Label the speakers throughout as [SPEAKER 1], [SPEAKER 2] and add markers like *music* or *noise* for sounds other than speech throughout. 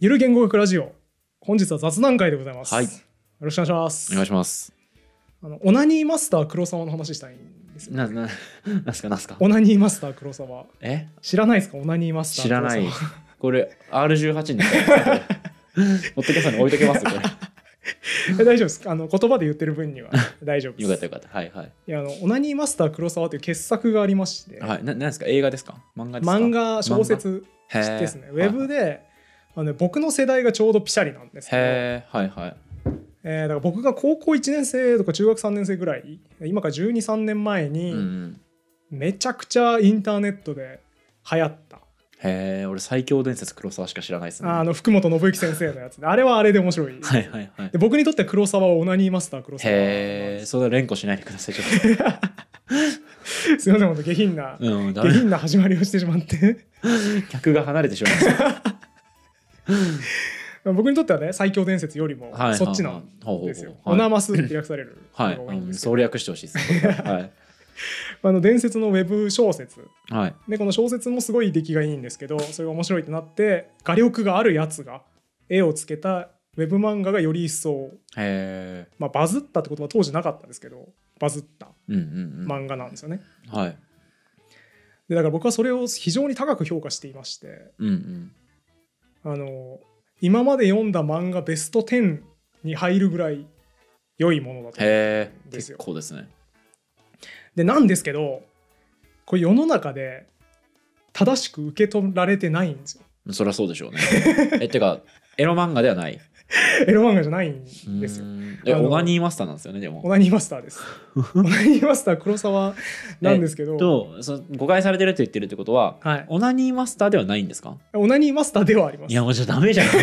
[SPEAKER 1] ゆる言語学ラジオ本日は雑談会でございます、
[SPEAKER 2] はい
[SPEAKER 1] よろしくお願いします
[SPEAKER 2] お願いします。
[SPEAKER 1] あのオナニーマスター黒沢の話したいんですよ
[SPEAKER 2] な、な、なんすか、なんすか。
[SPEAKER 1] オナニーマスター黒沢
[SPEAKER 2] え、
[SPEAKER 1] 知らないですかオナニーマスター
[SPEAKER 2] 知ら
[SPEAKER 1] 黒沢
[SPEAKER 2] ない。これ、R 1 8に。持ってけさんに置いとけ *laughs* ます。これ
[SPEAKER 1] え大丈夫ですあの言葉で言ってる分に
[SPEAKER 2] *laughs*
[SPEAKER 1] は大丈夫です
[SPEAKER 2] よかった、よかった。はい、はい。
[SPEAKER 1] いやあのオナニーマスター黒沢という傑作がありまして、
[SPEAKER 2] はい、な、なんですか、映画ですか。漫画ですか。
[SPEAKER 1] 漫画小説
[SPEAKER 2] へー
[SPEAKER 1] ですねウ
[SPEAKER 2] はい
[SPEAKER 1] ェブであのね僕の世代がちょうどピシャリなんですけど、
[SPEAKER 2] へえ、はい、はい。
[SPEAKER 1] えーだから僕が高校1年生とか中学3年生ぐらい今から123年前
[SPEAKER 2] う
[SPEAKER 1] に、
[SPEAKER 2] んうん。
[SPEAKER 1] めちゃくちゃインターネットで流行った、
[SPEAKER 2] へえ、俺最強伝説黒沢しか知らないですね。
[SPEAKER 1] あの福本信之先生のやつであれはあれで面白い、
[SPEAKER 2] はい、はい、はい
[SPEAKER 1] で。僕にとっては黒沢はオナニーマスター黒沢なん
[SPEAKER 2] へ
[SPEAKER 1] で
[SPEAKER 2] え、
[SPEAKER 1] す
[SPEAKER 2] それは連呼しないでください。ちょっ *laughs*
[SPEAKER 1] すいません本当下品な、
[SPEAKER 2] と。うん、ダ
[SPEAKER 1] 下
[SPEAKER 2] メ。
[SPEAKER 1] 品な始まりをしてしまって *laughs*
[SPEAKER 2] 客が離れてしまいました。
[SPEAKER 1] 僕にとってはね最強伝説よりも
[SPEAKER 2] はいはい
[SPEAKER 1] そっちなん
[SPEAKER 2] ほうほうほう
[SPEAKER 1] ですよ
[SPEAKER 2] はい
[SPEAKER 1] オナマスって略されるの
[SPEAKER 2] は
[SPEAKER 1] *laughs* が
[SPEAKER 2] い、
[SPEAKER 1] 多いん
[SPEAKER 2] う
[SPEAKER 1] で
[SPEAKER 2] ん
[SPEAKER 1] すけど、
[SPEAKER 2] 省略してほしいです。は
[SPEAKER 1] あの伝説のウェブ小説
[SPEAKER 2] い。はい。
[SPEAKER 1] でこの小説もすごい出来がいいんですけどそれが面白いってなって画力があるやつが絵をつけたウェブ漫画がより一層、
[SPEAKER 2] へえ。
[SPEAKER 1] まあ、バズったって言葉は当時なかったですけどバズった
[SPEAKER 2] うん、うん、
[SPEAKER 1] 漫画なんですよね。
[SPEAKER 2] うん。はい。
[SPEAKER 1] でだから僕はそれを非常に高く評価していまして
[SPEAKER 2] うん、うん。
[SPEAKER 1] あの今まで読んだ漫画ベスト10に入るぐらい良いものだと。
[SPEAKER 2] へえ
[SPEAKER 1] ですよ
[SPEAKER 2] 結構ですね
[SPEAKER 1] でなんですけどこれ世の中で正しく受け取られてないんですよ。
[SPEAKER 2] そりゃそうで
[SPEAKER 1] *laughs*
[SPEAKER 2] しょうねえてかエロ漫画ではない
[SPEAKER 1] エロ漫画じゃないんですよ
[SPEAKER 2] う。ーんえ
[SPEAKER 1] あの
[SPEAKER 2] オナニーマスターなんですよねで
[SPEAKER 1] オ
[SPEAKER 2] も
[SPEAKER 1] ナニーマスター
[SPEAKER 2] *laughs*
[SPEAKER 1] です。オナニーマスター黒沢なんですけど、
[SPEAKER 2] とその誤解されてると言ってるってことは
[SPEAKER 1] はい、
[SPEAKER 2] オナニーマスターではないんですか
[SPEAKER 1] オナニーマスターではあります。
[SPEAKER 2] いやもうじゃダメじゃん *laughs*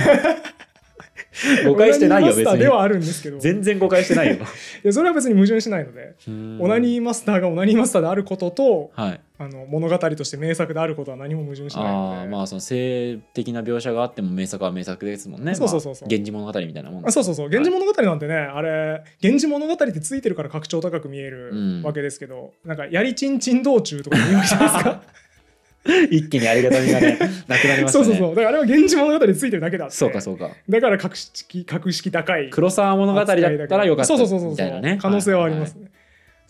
[SPEAKER 2] 誤解してないよ
[SPEAKER 1] オナニーマス
[SPEAKER 2] 別
[SPEAKER 1] ターで
[SPEAKER 2] に
[SPEAKER 1] はあるんですけど、い
[SPEAKER 2] 全然誤解してないよ
[SPEAKER 1] やそれは別に矛盾しないので、 *laughs* オ
[SPEAKER 2] オ
[SPEAKER 1] ナニーマスターがオナニーマスターであることと、
[SPEAKER 2] はい
[SPEAKER 1] あの物語として名作であることは何も矛盾しないの
[SPEAKER 2] あ
[SPEAKER 1] で、
[SPEAKER 2] ーまあその性的な描写があっても名作は名作ですもんね
[SPEAKER 1] そうそうそうそう
[SPEAKER 2] まあ源氏物語みたいなもん
[SPEAKER 1] あそうそうそう「源氏物語」なんてね、あれ「源氏物語」ってついてるから格調高く見え
[SPEAKER 2] う
[SPEAKER 1] る
[SPEAKER 2] ん
[SPEAKER 1] わけですけど、なんか「やりちんちん道中」とか言うわけじゃない
[SPEAKER 2] *laughs*
[SPEAKER 1] ですか
[SPEAKER 2] 一気にありがたみがねなくなりました
[SPEAKER 1] *laughs* そう
[SPEAKER 2] ね
[SPEAKER 1] そうそうだからあれは「源氏物語」についてるだけだって
[SPEAKER 2] そうかそうか
[SPEAKER 1] だから格式格式高い
[SPEAKER 2] 黒沢物語だったらよかった
[SPEAKER 1] そうそうそうそう
[SPEAKER 2] みたいなね
[SPEAKER 1] 可能性はありますね、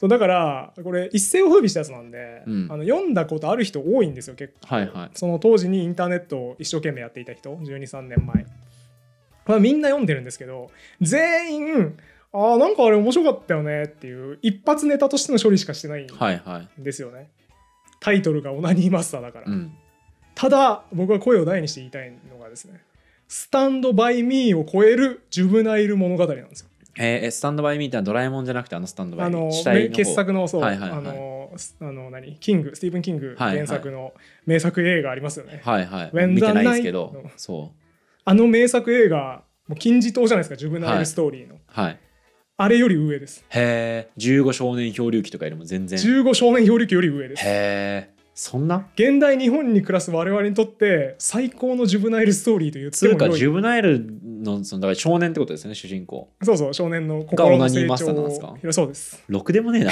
[SPEAKER 1] そうだからこれ一世を風靡したやつなんで、
[SPEAKER 2] うん
[SPEAKER 1] あの読んだことある人多いんですよ結構
[SPEAKER 2] はいはい
[SPEAKER 1] その当時にインターネットを一生懸命やっていた人123年前まあみんな読んでるんですけど全員「あーなんかあれ面白かったよね」っていう一発ネタとしての処理しかしてないん
[SPEAKER 2] はいはい。
[SPEAKER 1] ですよね、タイトルが「オナニーマスター」だから、
[SPEAKER 2] うん。
[SPEAKER 1] ただ僕は声を大にして言いたいのがですねスタンドバイミーを超えるジュブナイル物語なんですよ
[SPEAKER 2] えースタンドバイミーってのはドラえもんじゃなくてあのスタンドバイ
[SPEAKER 1] あ
[SPEAKER 2] ミー。
[SPEAKER 1] の
[SPEAKER 2] 死
[SPEAKER 1] め
[SPEAKER 2] 体
[SPEAKER 1] 傑作のそう、
[SPEAKER 2] はいはいはい
[SPEAKER 1] あのすあの何キングスティーブン・キング
[SPEAKER 2] はいはい
[SPEAKER 1] 原作の名作映画ありますよね、
[SPEAKER 2] はいはい
[SPEAKER 1] When。the
[SPEAKER 2] 見てないですけど
[SPEAKER 1] night- の。
[SPEAKER 2] そう。
[SPEAKER 1] あの名作映画もう金字塔じゃないですかジュブナイルストーリーの、
[SPEAKER 2] はい。
[SPEAKER 1] あれより上です
[SPEAKER 2] へえ。15少年漂流記とかよりも全然。へ
[SPEAKER 1] 15少年漂流記より上です
[SPEAKER 2] え。そんな
[SPEAKER 1] 現代日本に暮らす我々にとって最高のジュブナイルストーリーと言って
[SPEAKER 2] つう
[SPEAKER 1] も
[SPEAKER 2] か
[SPEAKER 1] よい
[SPEAKER 2] ジュブナイルのそのだから少年ってことですよね主人公。
[SPEAKER 1] そうそう少年の心の成
[SPEAKER 2] がオナニーマスタ
[SPEAKER 1] 長
[SPEAKER 2] ーなんです
[SPEAKER 1] を
[SPEAKER 2] か
[SPEAKER 1] いやそうです
[SPEAKER 2] ろくでもね
[SPEAKER 1] *laughs*
[SPEAKER 2] えな。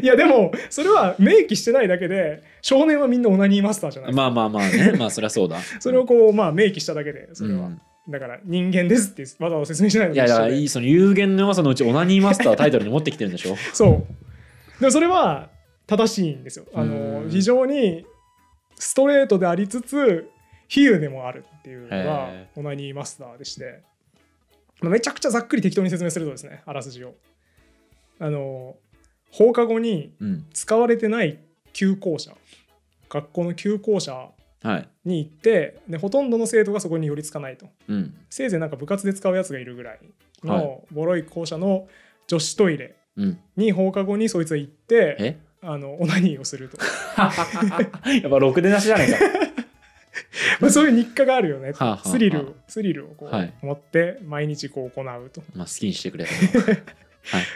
[SPEAKER 1] いやでもそれは明記してないだけで少年はみんなオナニーマスターじゃないですか、
[SPEAKER 2] まあまあまあね。まあそりゃそうだ。
[SPEAKER 1] *laughs* それをこうまあ明記しただけでそれは、
[SPEAKER 2] うん
[SPEAKER 1] だから人間ですってわざわざ説明しないの
[SPEAKER 2] い
[SPEAKER 1] と一緒
[SPEAKER 2] や
[SPEAKER 1] で
[SPEAKER 2] だからいいその有限の弱さのうちオナニーマスターをタイトルに持ってきてるんでしょ
[SPEAKER 1] そうでもそれは正しいんですよあの
[SPEAKER 2] うん
[SPEAKER 1] 非常にストレートでありつつ比喩でもあるっていうのが
[SPEAKER 2] へ
[SPEAKER 1] オナニーマスターでしてまあめちゃくちゃざっくり適当に説明するとですねあらすじをあの放課後に
[SPEAKER 2] うん。
[SPEAKER 1] 使われてない休校舎学校の休校舎
[SPEAKER 2] はい。
[SPEAKER 1] に行ってでほとんどの生徒がそこに寄りつかないと
[SPEAKER 2] うん。
[SPEAKER 1] せいぜいなんか部活で使うやつがいるぐらい
[SPEAKER 2] は
[SPEAKER 1] のボロい校舎の女子トイレ
[SPEAKER 2] うん。
[SPEAKER 1] に放課後にそいつは行って
[SPEAKER 2] え
[SPEAKER 1] あのオナニーをすると *laughs*
[SPEAKER 2] *laughs* やっぱろくでなしじゃないか。
[SPEAKER 1] まあそういう日課があるよねって
[SPEAKER 2] はあはあはあ
[SPEAKER 1] スリルをスリルをこう
[SPEAKER 2] はい
[SPEAKER 1] 持って毎日こう行うと
[SPEAKER 2] まあ好きにしてくれ。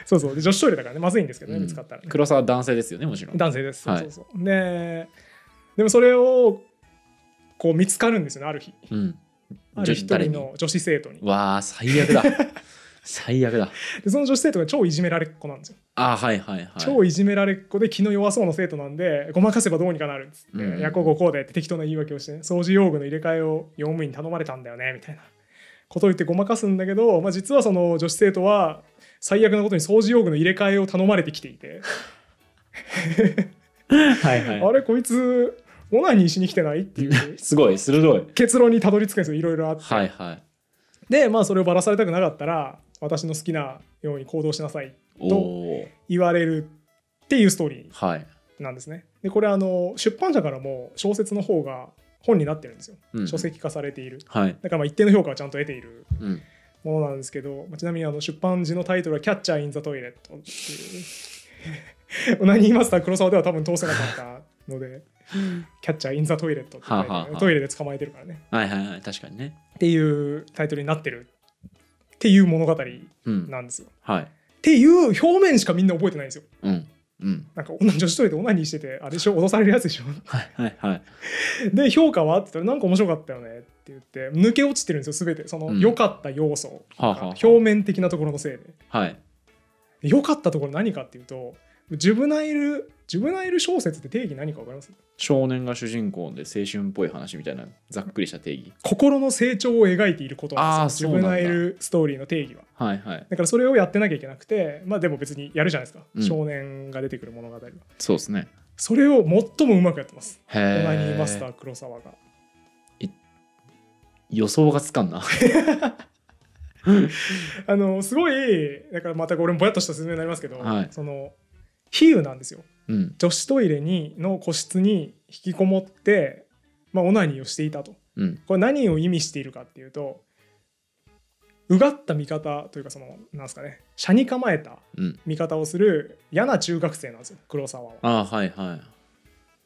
[SPEAKER 1] そうそうで女子トイレだからねまずいんですけどね
[SPEAKER 2] うん
[SPEAKER 1] 見つかったらね
[SPEAKER 2] 黒沢は男性ですよねもちろん。
[SPEAKER 1] 男性ですそう
[SPEAKER 2] はい
[SPEAKER 1] そうそうででもそれをこう見つかるんですよねある日
[SPEAKER 2] うん。
[SPEAKER 1] ある一
[SPEAKER 2] 誰
[SPEAKER 1] 人
[SPEAKER 2] に
[SPEAKER 1] の女子生徒に
[SPEAKER 2] わあ最悪だ。最悪だ。
[SPEAKER 1] でその女子生徒が超いじめられっ子なんですよ、
[SPEAKER 2] あはいはいはい。
[SPEAKER 1] 超いじめられっ子で気の弱そうな生徒なんでごまかせばどうにかなるっつって、
[SPEAKER 2] うん
[SPEAKER 1] いやこうこうこうでって適当な言い訳をして、ね、掃除用具の入れ替えを用務員に頼まれたんだよねみたいなことを言ってごまかすんだけど、まあ、実はその女子生徒は最悪なことに掃除用具の入れ替えを頼まれてきていて
[SPEAKER 2] はい
[SPEAKER 1] あ
[SPEAKER 2] は
[SPEAKER 1] れこいつオナニーしに来てないって
[SPEAKER 2] *laughs*
[SPEAKER 1] いう
[SPEAKER 2] い。すごい、鋭い。
[SPEAKER 1] 結論にたどり着くんですよいろいろあって、
[SPEAKER 2] はいはい。
[SPEAKER 1] でまあそれをばらされたくなかったら私の好きなように行動しなさい
[SPEAKER 2] お
[SPEAKER 1] と
[SPEAKER 2] お。
[SPEAKER 1] 言われるっていうストーリ
[SPEAKER 2] はい。
[SPEAKER 1] ーなんですねでこれあの出版社からも小説の方が本になってるんですよ、
[SPEAKER 2] うん
[SPEAKER 1] 書籍化されている
[SPEAKER 2] はい。
[SPEAKER 1] だからまあ一定の評価はちゃんと得ている
[SPEAKER 2] うん。
[SPEAKER 1] ものなんですけど、まあちなみにあの出版時のタイトルは「キャッチャー・イン・ザ・トイレット」っていう *laughs* 何言いますか黒沢では多分通せなかったので「キャッチャー・イン・ザ・トイレット」って書いてある
[SPEAKER 2] はあはあ
[SPEAKER 1] トイレで捕まえてるからね
[SPEAKER 2] はいはいはい。確かにね。
[SPEAKER 1] っていうタイトルになってるっていう物語
[SPEAKER 2] うん。
[SPEAKER 1] なんですよ。
[SPEAKER 2] はい。
[SPEAKER 1] っていう表面しかみんな覚えてないんですよ。
[SPEAKER 2] うん。うん。
[SPEAKER 1] なんか女女子トイレでオナニーしててあれでしょ脅されるやつでしょ
[SPEAKER 2] はいはいはい。
[SPEAKER 1] *laughs* で評価はって言ったらなんか面白かったよねって言って抜け落ちてるんですよ全てその
[SPEAKER 2] うん
[SPEAKER 1] 良かった要素とか、
[SPEAKER 2] はあはあはあ
[SPEAKER 1] 表面的なところのせいで
[SPEAKER 2] はい。
[SPEAKER 1] で良かったところ何かっていうとジュブナイルジュブナイル小説って定義何か分かります
[SPEAKER 2] 少年が主人公で青春っぽい話みたいなざっくりした定義。
[SPEAKER 1] 心の成長を描いていることなんですよ
[SPEAKER 2] あー
[SPEAKER 1] ジュブ
[SPEAKER 2] そうなん
[SPEAKER 1] ナ
[SPEAKER 2] だ
[SPEAKER 1] イルストーリーの定義は
[SPEAKER 2] はいはい。
[SPEAKER 1] だからそれをやってなきゃいけなくてまあでも別にやるじゃないですか、
[SPEAKER 2] うん
[SPEAKER 1] 少年が出てくる物語は
[SPEAKER 2] そうですね。
[SPEAKER 1] それを最もうまくやってます
[SPEAKER 2] へ
[SPEAKER 1] オ
[SPEAKER 2] え。
[SPEAKER 1] ナニーマスター黒沢が
[SPEAKER 2] 予想がつかんな。
[SPEAKER 1] あのすごいだからまたこれもぼやっとした説明になりますけど、
[SPEAKER 2] はい
[SPEAKER 1] その比喩なんですよ
[SPEAKER 2] うん。
[SPEAKER 1] 女子トイレにの個室に引きこもって、まあ、オナニーをしていたと
[SPEAKER 2] うん。
[SPEAKER 1] これ何を意味しているかっていうとうがった見方というかそのなんですかね車に構えた
[SPEAKER 2] うん。
[SPEAKER 1] 見方をする嫌な中学生なんですよ黒沢は。
[SPEAKER 2] ああ、はいはい。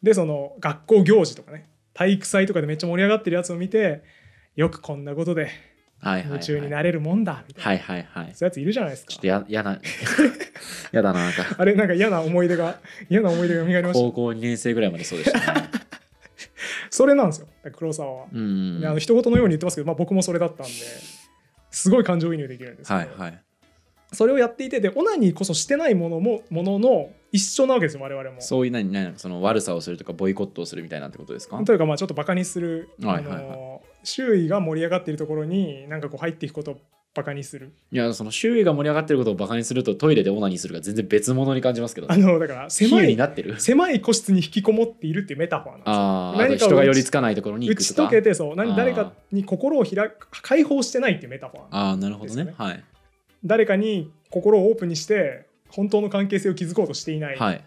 [SPEAKER 1] でその学校行事とかね体育祭とかでめっちゃ盛り上がってるやつを見てよくこんなことで
[SPEAKER 2] はいはい、はい。
[SPEAKER 1] 夢中になれるもんだみたいな、
[SPEAKER 2] はいはいはい。
[SPEAKER 1] そういうやついるじゃないですか
[SPEAKER 2] ちょっとや
[SPEAKER 1] *laughs*
[SPEAKER 2] やな、やだな、なんか。
[SPEAKER 1] あれなんか嫌な思い出が嫌な思い出が蘇りまし
[SPEAKER 2] 高
[SPEAKER 1] た
[SPEAKER 2] 校2年生ぐらいまでそうでした、
[SPEAKER 1] *laughs*
[SPEAKER 2] ね。
[SPEAKER 1] それなんですよだから黒沢は、
[SPEAKER 2] うんうん。
[SPEAKER 1] であ
[SPEAKER 2] は
[SPEAKER 1] の
[SPEAKER 2] い
[SPEAKER 1] 一言のように言ってますけど、まあ、僕もそれだったんですごい感情移入できるんですけど、
[SPEAKER 2] はい。
[SPEAKER 1] それをやっていてでオナニーこそしてないものもものの一緒なわけですよ我々も
[SPEAKER 2] そういう何、何、その悪さをするとか、ボイコットをするみたいなってことですか
[SPEAKER 1] というかまあちょっとバカにする、
[SPEAKER 2] はいはいはい
[SPEAKER 1] あの周囲が盛り上がっているところになんかこう入っていくことをバカにする
[SPEAKER 2] いや、その周囲が盛り上がってることをバカにすると、トイレでオナニーするが全然別物に感じますけど、
[SPEAKER 1] あのだから
[SPEAKER 2] 比
[SPEAKER 1] 狭
[SPEAKER 2] 喩に
[SPEAKER 1] い
[SPEAKER 2] な
[SPEAKER 1] *laughs*
[SPEAKER 2] ってる。
[SPEAKER 1] 狭い個室に引きこもっているっていうメタファーなんですよ
[SPEAKER 2] ああ、あ
[SPEAKER 1] 何かを
[SPEAKER 2] と人が寄りつかないところに
[SPEAKER 1] 打
[SPEAKER 2] 行く
[SPEAKER 1] ち
[SPEAKER 2] と
[SPEAKER 1] 解
[SPEAKER 2] か。
[SPEAKER 1] けてそう何
[SPEAKER 2] あー
[SPEAKER 1] 誰かに心を開く解放してないっていうメタファー
[SPEAKER 2] ああ、なるほどね。
[SPEAKER 1] です
[SPEAKER 2] はい。
[SPEAKER 1] 誰かに心をオープンにして本当の関係性を築こうとしていない
[SPEAKER 2] はい。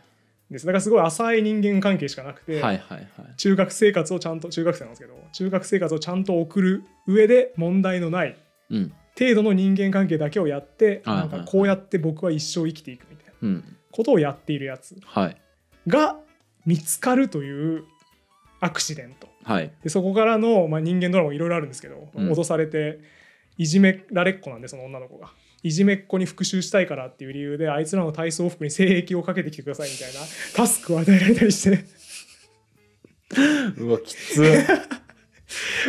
[SPEAKER 1] です、だからすごい浅い人間関係しかなくて、
[SPEAKER 2] はいはいはい。
[SPEAKER 1] 中学生活をちゃんと中学生なんですけど中学生活をちゃんと送る上で問題のない
[SPEAKER 2] うん。
[SPEAKER 1] 程度の人間関係だけをやって
[SPEAKER 2] は
[SPEAKER 1] な
[SPEAKER 2] いは
[SPEAKER 1] ん
[SPEAKER 2] い
[SPEAKER 1] かこうやって僕は一生生きていくみたいな
[SPEAKER 2] うん。
[SPEAKER 1] ことをやっているやつ
[SPEAKER 2] はい。
[SPEAKER 1] が見つかるというアクシデント
[SPEAKER 2] はい。
[SPEAKER 1] でそこからの、まあ、人間ドラマいろいろあるんですけど、
[SPEAKER 2] うん
[SPEAKER 1] 脅されていじめられっ子なんでその女の子がいじめっ子に復讐したいからっていう理由であいつらの体操服に精液をかけてきてくださいみたいなタスクを与えられたりして
[SPEAKER 2] うわ、きつ。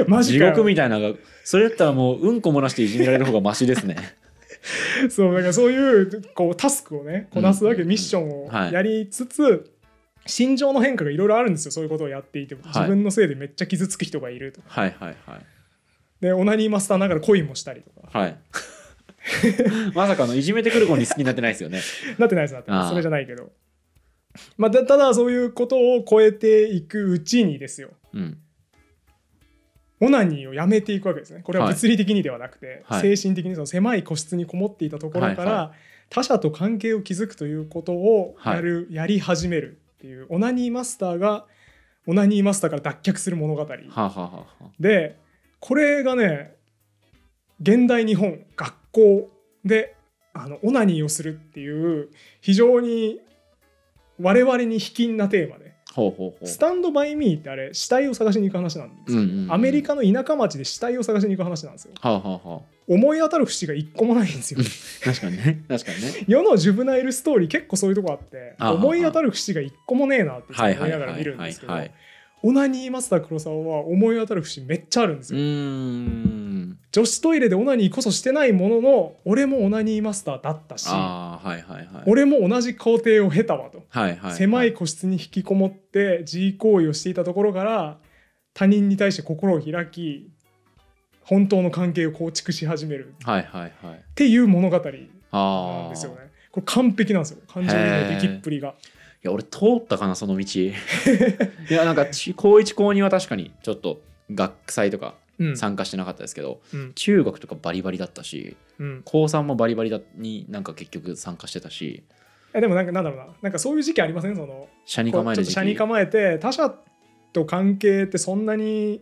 [SPEAKER 1] マジ
[SPEAKER 2] 地
[SPEAKER 1] かよ
[SPEAKER 2] 獄みたいなのが、それだったらもう、うんこ漏らしていじめられる方がマシ
[SPEAKER 1] *laughs*
[SPEAKER 2] ですね。
[SPEAKER 1] そうだからそういうこうタスクをねこなすわけ、
[SPEAKER 2] うん
[SPEAKER 1] ミッションを
[SPEAKER 2] はい
[SPEAKER 1] やりつつ、心情の変化がいろいろあるんですよそういうことをやっていても
[SPEAKER 2] い
[SPEAKER 1] 自分のせいでめっちゃ傷つく人がいるとか、
[SPEAKER 2] はいはいはい。
[SPEAKER 1] でオナニーマスターながら恋もしたりとか *laughs*
[SPEAKER 2] はい。 *laughs* まさかのいじめてくる子に好きになってないですよね。
[SPEAKER 1] なってないですなってないで
[SPEAKER 2] あ
[SPEAKER 1] す
[SPEAKER 2] ー
[SPEAKER 1] それじゃないけど、まあ、だただそういうことを超えていくうちにですよ
[SPEAKER 2] うん。
[SPEAKER 1] オナニーをやめていくわけですねこれは
[SPEAKER 2] はい
[SPEAKER 1] 物理的にではなくて、
[SPEAKER 2] はい
[SPEAKER 1] 精神的にその狭い個室にこもっていたところから、
[SPEAKER 2] はい
[SPEAKER 1] 他者と関係を築くということをやる、やり始めるっていうオナニーマスターがオナニーマスターから脱却する物語
[SPEAKER 2] はあ、はあはあはあ、
[SPEAKER 1] でこれがね現代日本学校であのオナニーをするっていう非常に我々に卑近なテーマで
[SPEAKER 2] ほうほうほ
[SPEAKER 1] ス
[SPEAKER 2] う。
[SPEAKER 1] タンドバイミーってあれ死体を探しに行く話なんですよ、
[SPEAKER 2] うんうんうん
[SPEAKER 1] アメリカの田舎町で死体を探しに行く話なんですよ
[SPEAKER 2] はあ、はあは
[SPEAKER 1] 思い当たる節が一個もないんですよ
[SPEAKER 2] あ、確かにね。確かにね。
[SPEAKER 1] 世のジュブナイルストーリー結構そういうとこあって
[SPEAKER 2] ああ
[SPEAKER 1] 思い当たる節が一個もねえなっていつも
[SPEAKER 2] はい
[SPEAKER 1] 思
[SPEAKER 2] はいい
[SPEAKER 1] な
[SPEAKER 2] はい
[SPEAKER 1] がら
[SPEAKER 2] は
[SPEAKER 1] 見
[SPEAKER 2] い
[SPEAKER 1] るん
[SPEAKER 2] は
[SPEAKER 1] で
[SPEAKER 2] い
[SPEAKER 1] すけど
[SPEAKER 2] はい。
[SPEAKER 1] オナニーマスター黒沢は思い当たる節めっちゃあるんです
[SPEAKER 2] う
[SPEAKER 1] よ
[SPEAKER 2] ーん。うん、
[SPEAKER 1] 女子トイレでオナニーこそしてないものの俺もオナニーマスターだったし
[SPEAKER 2] ああはいはいはい
[SPEAKER 1] 俺も同じ工程を経たわと、
[SPEAKER 2] はいはい
[SPEAKER 1] 狭い個室に引きこもって G 行為をしていたところから他人に対して心を開き本当の関係を構築し始めるっ
[SPEAKER 2] はいはいはい
[SPEAKER 1] ていう物語な
[SPEAKER 2] あ
[SPEAKER 1] ん
[SPEAKER 2] あ
[SPEAKER 1] ですよね。これ完璧なんですよ感情の出きっぷりが。
[SPEAKER 2] いや俺通ったかなそ
[SPEAKER 1] *laughs*
[SPEAKER 2] の道いやなんかち高一高二は確かにちょっと学祭とか
[SPEAKER 1] うん
[SPEAKER 2] 参加してなかったですけど、
[SPEAKER 1] うん
[SPEAKER 2] 中学とかバリバリだったし
[SPEAKER 1] うん、
[SPEAKER 2] 高3もバリバリだになんか結局参加してたし
[SPEAKER 1] えでもなんかなんだろうななんかそういう時期ありませんその
[SPEAKER 2] 社に
[SPEAKER 1] こう
[SPEAKER 2] 構え
[SPEAKER 1] ちょ
[SPEAKER 2] る
[SPEAKER 1] っと
[SPEAKER 2] 時期
[SPEAKER 1] 車に構えて他者と関係ってそんなに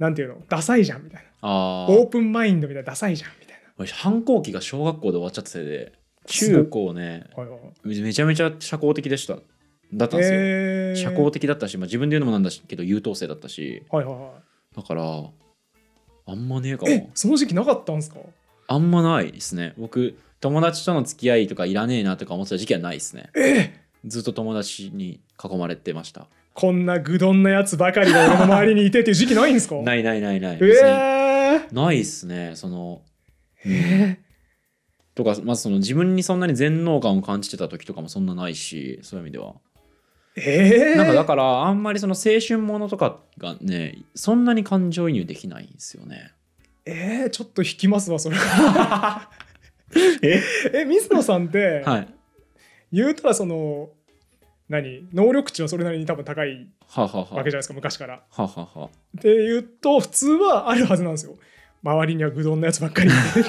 [SPEAKER 1] なんていうのダサいじゃんみたい
[SPEAKER 2] あ
[SPEAKER 1] な
[SPEAKER 2] あ
[SPEAKER 1] オープンマインドみたいなダサいじゃんみたい
[SPEAKER 2] 俺反抗期が小学校で終わっちゃったせいです
[SPEAKER 1] ご
[SPEAKER 2] 中
[SPEAKER 1] っ
[SPEAKER 2] 高ね
[SPEAKER 1] な。はいはい
[SPEAKER 2] めちゃめちゃ社交的でしただったんですよ、
[SPEAKER 1] えー
[SPEAKER 2] 社交的だったし、まあ、自分で言うのもなんだけど優等生だったし
[SPEAKER 1] はいはいはい。
[SPEAKER 2] だからあんまねえか
[SPEAKER 1] え
[SPEAKER 2] も
[SPEAKER 1] その時期なかったんですか
[SPEAKER 2] あんまないですね僕友達との付き合いとかいらねえなとか思ってた時期はないですね
[SPEAKER 1] え
[SPEAKER 2] ずっと友達に囲まれてました
[SPEAKER 1] こんな愚鈍なやつばかりが俺の周りにいてっていう時期ないんですか
[SPEAKER 2] ないないないない、
[SPEAKER 1] え
[SPEAKER 2] 別に
[SPEAKER 1] ー、
[SPEAKER 2] ないっすねその
[SPEAKER 1] え
[SPEAKER 2] とかまずその自分にそんなに全能感を感じてた時とかもそんなないしそういう意味では
[SPEAKER 1] ー、えー、
[SPEAKER 2] なんかだからあんまりその青春ものとかがねそんなに感情移入できないんですよね。
[SPEAKER 1] えー、ちょっと引きますわそれは
[SPEAKER 2] *laughs* え
[SPEAKER 1] え水野さんって、
[SPEAKER 2] はい。
[SPEAKER 1] 言うたらその何能力値はそれなりに多分高い
[SPEAKER 2] はあ、はあはあ
[SPEAKER 1] わけじゃないですか昔から。
[SPEAKER 2] はあはあは
[SPEAKER 1] って言うと普通はあるはずなんですよ周りには愚鈍なやつばっ
[SPEAKER 2] *laughs*
[SPEAKER 1] かりっていう時期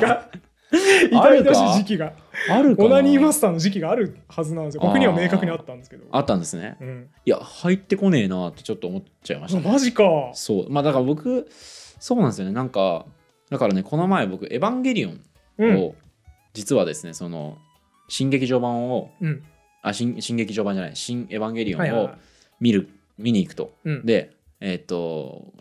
[SPEAKER 1] が
[SPEAKER 2] あ
[SPEAKER 1] 痛
[SPEAKER 2] る
[SPEAKER 1] み
[SPEAKER 2] か
[SPEAKER 1] だし時期が
[SPEAKER 2] あ。あるか
[SPEAKER 1] オ
[SPEAKER 2] な
[SPEAKER 1] ナニーマスターの時期があるはずなんですよ僕には明確にあったんですけど
[SPEAKER 2] あったんですね。
[SPEAKER 1] うん、
[SPEAKER 2] いや入ってこねえなってちょっと思っちゃいました、
[SPEAKER 1] あマジか
[SPEAKER 2] そうまあだから僕そうなんですよねなんかだからねこの前僕「エヴァンゲリオン
[SPEAKER 1] うん
[SPEAKER 2] を」実はですねその新劇場版を
[SPEAKER 1] うん
[SPEAKER 2] あ新新劇場版じゃない新エヴァンゲリオ
[SPEAKER 1] はい
[SPEAKER 2] ン
[SPEAKER 1] はい
[SPEAKER 2] を
[SPEAKER 1] はい
[SPEAKER 2] 見る、見に行くと。
[SPEAKER 1] うん
[SPEAKER 2] でえっと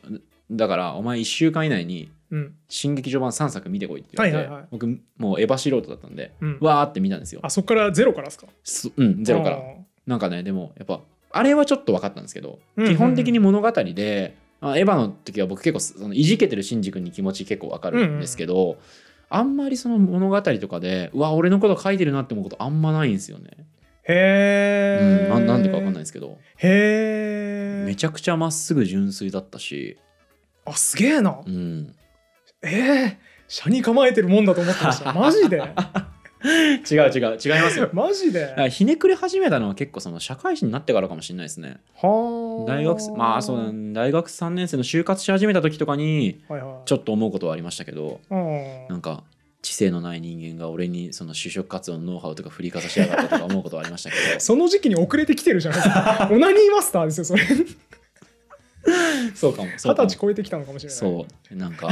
[SPEAKER 2] だからお前1週間以内に
[SPEAKER 1] うん
[SPEAKER 2] 新劇場版3作見てこいって言われて、
[SPEAKER 1] はいはいはい
[SPEAKER 2] 僕もうエヴァ素人だったんで、
[SPEAKER 1] うん
[SPEAKER 2] わーって見たんですよ
[SPEAKER 1] あそっからゼロからですか
[SPEAKER 2] すうんゼロか
[SPEAKER 1] あ
[SPEAKER 2] らなんかねでもやっぱあれはちょっと分かったんですけど、
[SPEAKER 1] うんうんうん
[SPEAKER 2] 基本的に物語であエヴァの時は僕結構そのいじけてるシンジ君に気持ち結構分かるんですけど、あんまりその物語とかでうわ俺のこと書いてるなって思うことあんまないんですよね、
[SPEAKER 1] ーへ
[SPEAKER 2] う
[SPEAKER 1] え、
[SPEAKER 2] ん、ななんでか分かん
[SPEAKER 1] い
[SPEAKER 2] ないですけど
[SPEAKER 1] へ
[SPEAKER 2] め
[SPEAKER 1] え
[SPEAKER 2] ちゃくちゃまっすぐ純粋だったし、
[SPEAKER 1] あすげえな
[SPEAKER 2] うん、
[SPEAKER 1] ええ車に構えてるもんだと思ってま
[SPEAKER 2] *laughs*
[SPEAKER 1] したマジで
[SPEAKER 2] 違う違う違いますよ
[SPEAKER 1] マジで
[SPEAKER 2] だからひねくれ始めたのは結構その社会人になってからかもしれないですね
[SPEAKER 1] はあ
[SPEAKER 2] 大学生まあそうだね大学3年生の就活し始めた時とかに
[SPEAKER 1] はいはい
[SPEAKER 2] ちょっと思うことはありましたけど
[SPEAKER 1] うん
[SPEAKER 2] なんか知性のない人間が俺にその就職活動のノウハウとか振りかざしやがったとか思うことはありましたけ
[SPEAKER 1] *laughs*
[SPEAKER 2] ど
[SPEAKER 1] その時期に遅れてきてるじゃないです
[SPEAKER 2] *laughs*
[SPEAKER 1] かオナニーマスターですよそれ二
[SPEAKER 2] そうかも
[SPEAKER 1] 十
[SPEAKER 2] そうかも
[SPEAKER 1] 歳超えてきたのかもしれない
[SPEAKER 2] そうなんか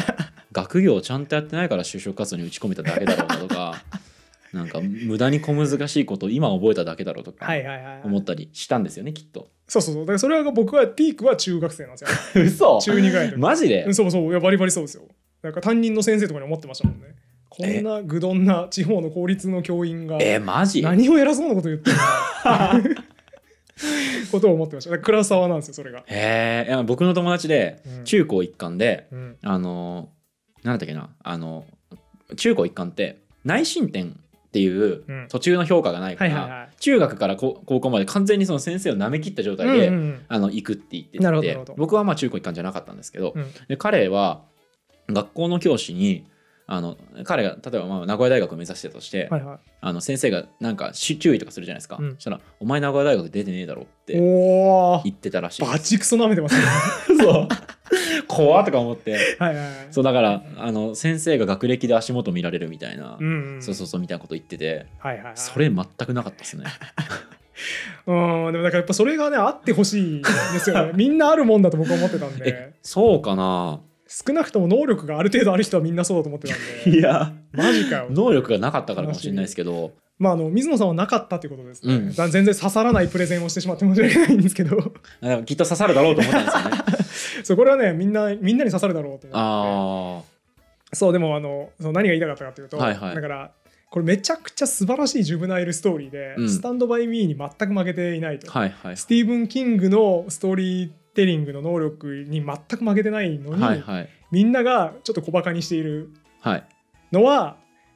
[SPEAKER 2] 学業をちゃんとやってないから就職活動に打ち込めただけだろうなとか *laughs* なんか無駄に小難しいことを今覚えただけだろうとか
[SPEAKER 1] はいはいはい
[SPEAKER 2] 思ったりしたんですよねきっと
[SPEAKER 1] そうそうそうだからそれは僕はピークは中学生なんです
[SPEAKER 2] *laughs*
[SPEAKER 1] よ
[SPEAKER 2] 嘘
[SPEAKER 1] 中二ぐらいの時
[SPEAKER 2] マジで
[SPEAKER 1] うんそうそういやバリバリそうですよなんか担任の先生とかに思ってましたもんねこんな愚鈍な地方の公立の教員が
[SPEAKER 2] えマジ
[SPEAKER 1] 何を偉そうなこと言ってるんだ *laughs* ことを思ってましただから倉沢なんですよそれが、
[SPEAKER 2] へえいや僕の友達で
[SPEAKER 1] うん
[SPEAKER 2] 中高一貫で、
[SPEAKER 1] うん、
[SPEAKER 2] あのなんだったっけなあの中高一貫って内申点っていう
[SPEAKER 1] うん
[SPEAKER 2] 途中の評価がないか
[SPEAKER 1] はい
[SPEAKER 2] ら、
[SPEAKER 1] はいはい
[SPEAKER 2] 中学から高高校まで完全にその先生を舐め切った状態で、
[SPEAKER 1] うんうん
[SPEAKER 2] あの行くって言って
[SPEAKER 1] なるほどな
[SPEAKER 2] て
[SPEAKER 1] るほど
[SPEAKER 2] 僕はまあ中高一貫じゃなかったんですけど、
[SPEAKER 1] うんうん
[SPEAKER 2] で彼は学校の教師にあの彼が例えばまあ名古屋大学を目指してたとして、
[SPEAKER 1] はいは
[SPEAKER 2] あの先生がなんかし注意とかするじゃないですか、
[SPEAKER 1] うん
[SPEAKER 2] そしたら「お前名古屋大学出てねえだろ」っ
[SPEAKER 1] い
[SPEAKER 2] て
[SPEAKER 1] おお
[SPEAKER 2] 言ってたらしい
[SPEAKER 1] バチクソ舐めてます *laughs* ね
[SPEAKER 2] そう *laughs* 怖っとか思って
[SPEAKER 1] はいはいはい
[SPEAKER 2] そうだからあの先生が学歴で足元見られるみたいな、
[SPEAKER 1] うんうん
[SPEAKER 2] そうそうそうみたいなこと言ってて
[SPEAKER 1] はいはいはい
[SPEAKER 2] それ全くなかったですね
[SPEAKER 1] うんでもだからやっぱそれがねあってほしいです *laughs* よねみんなあるもんだと僕は思ってたん
[SPEAKER 2] え
[SPEAKER 1] で
[SPEAKER 2] そうかな
[SPEAKER 1] 少なくとも能力がある程度ある人はみんなそうだと思ってたんで
[SPEAKER 2] や
[SPEAKER 1] マジかよ
[SPEAKER 2] 能力がなかったからかもしれないですけど
[SPEAKER 1] まああの水野さんはなかったということですね、
[SPEAKER 2] うん
[SPEAKER 1] だから全然刺さらないプレゼンをしてしまって申し訳ないんですけど *laughs*
[SPEAKER 2] あでもきっと刺さるだろうと思ったんですよね
[SPEAKER 1] そうこれはねみんなみんなに刺さるだろうと思っ
[SPEAKER 2] あ
[SPEAKER 1] てそうでもあのその何が言いたかったかというと、
[SPEAKER 2] はいはい
[SPEAKER 1] だからこれめちゃくちゃ素晴らしいジュブナイルストーリーで、
[SPEAKER 2] うん
[SPEAKER 1] スタンドバイミーに全く負けていないと、
[SPEAKER 2] あはいはい
[SPEAKER 1] スティーブン・キングのストーリーテリングの能力に全く負けてないのに、
[SPEAKER 2] はいはい
[SPEAKER 1] みんながちょっと小バカにしている
[SPEAKER 2] はい
[SPEAKER 1] のはや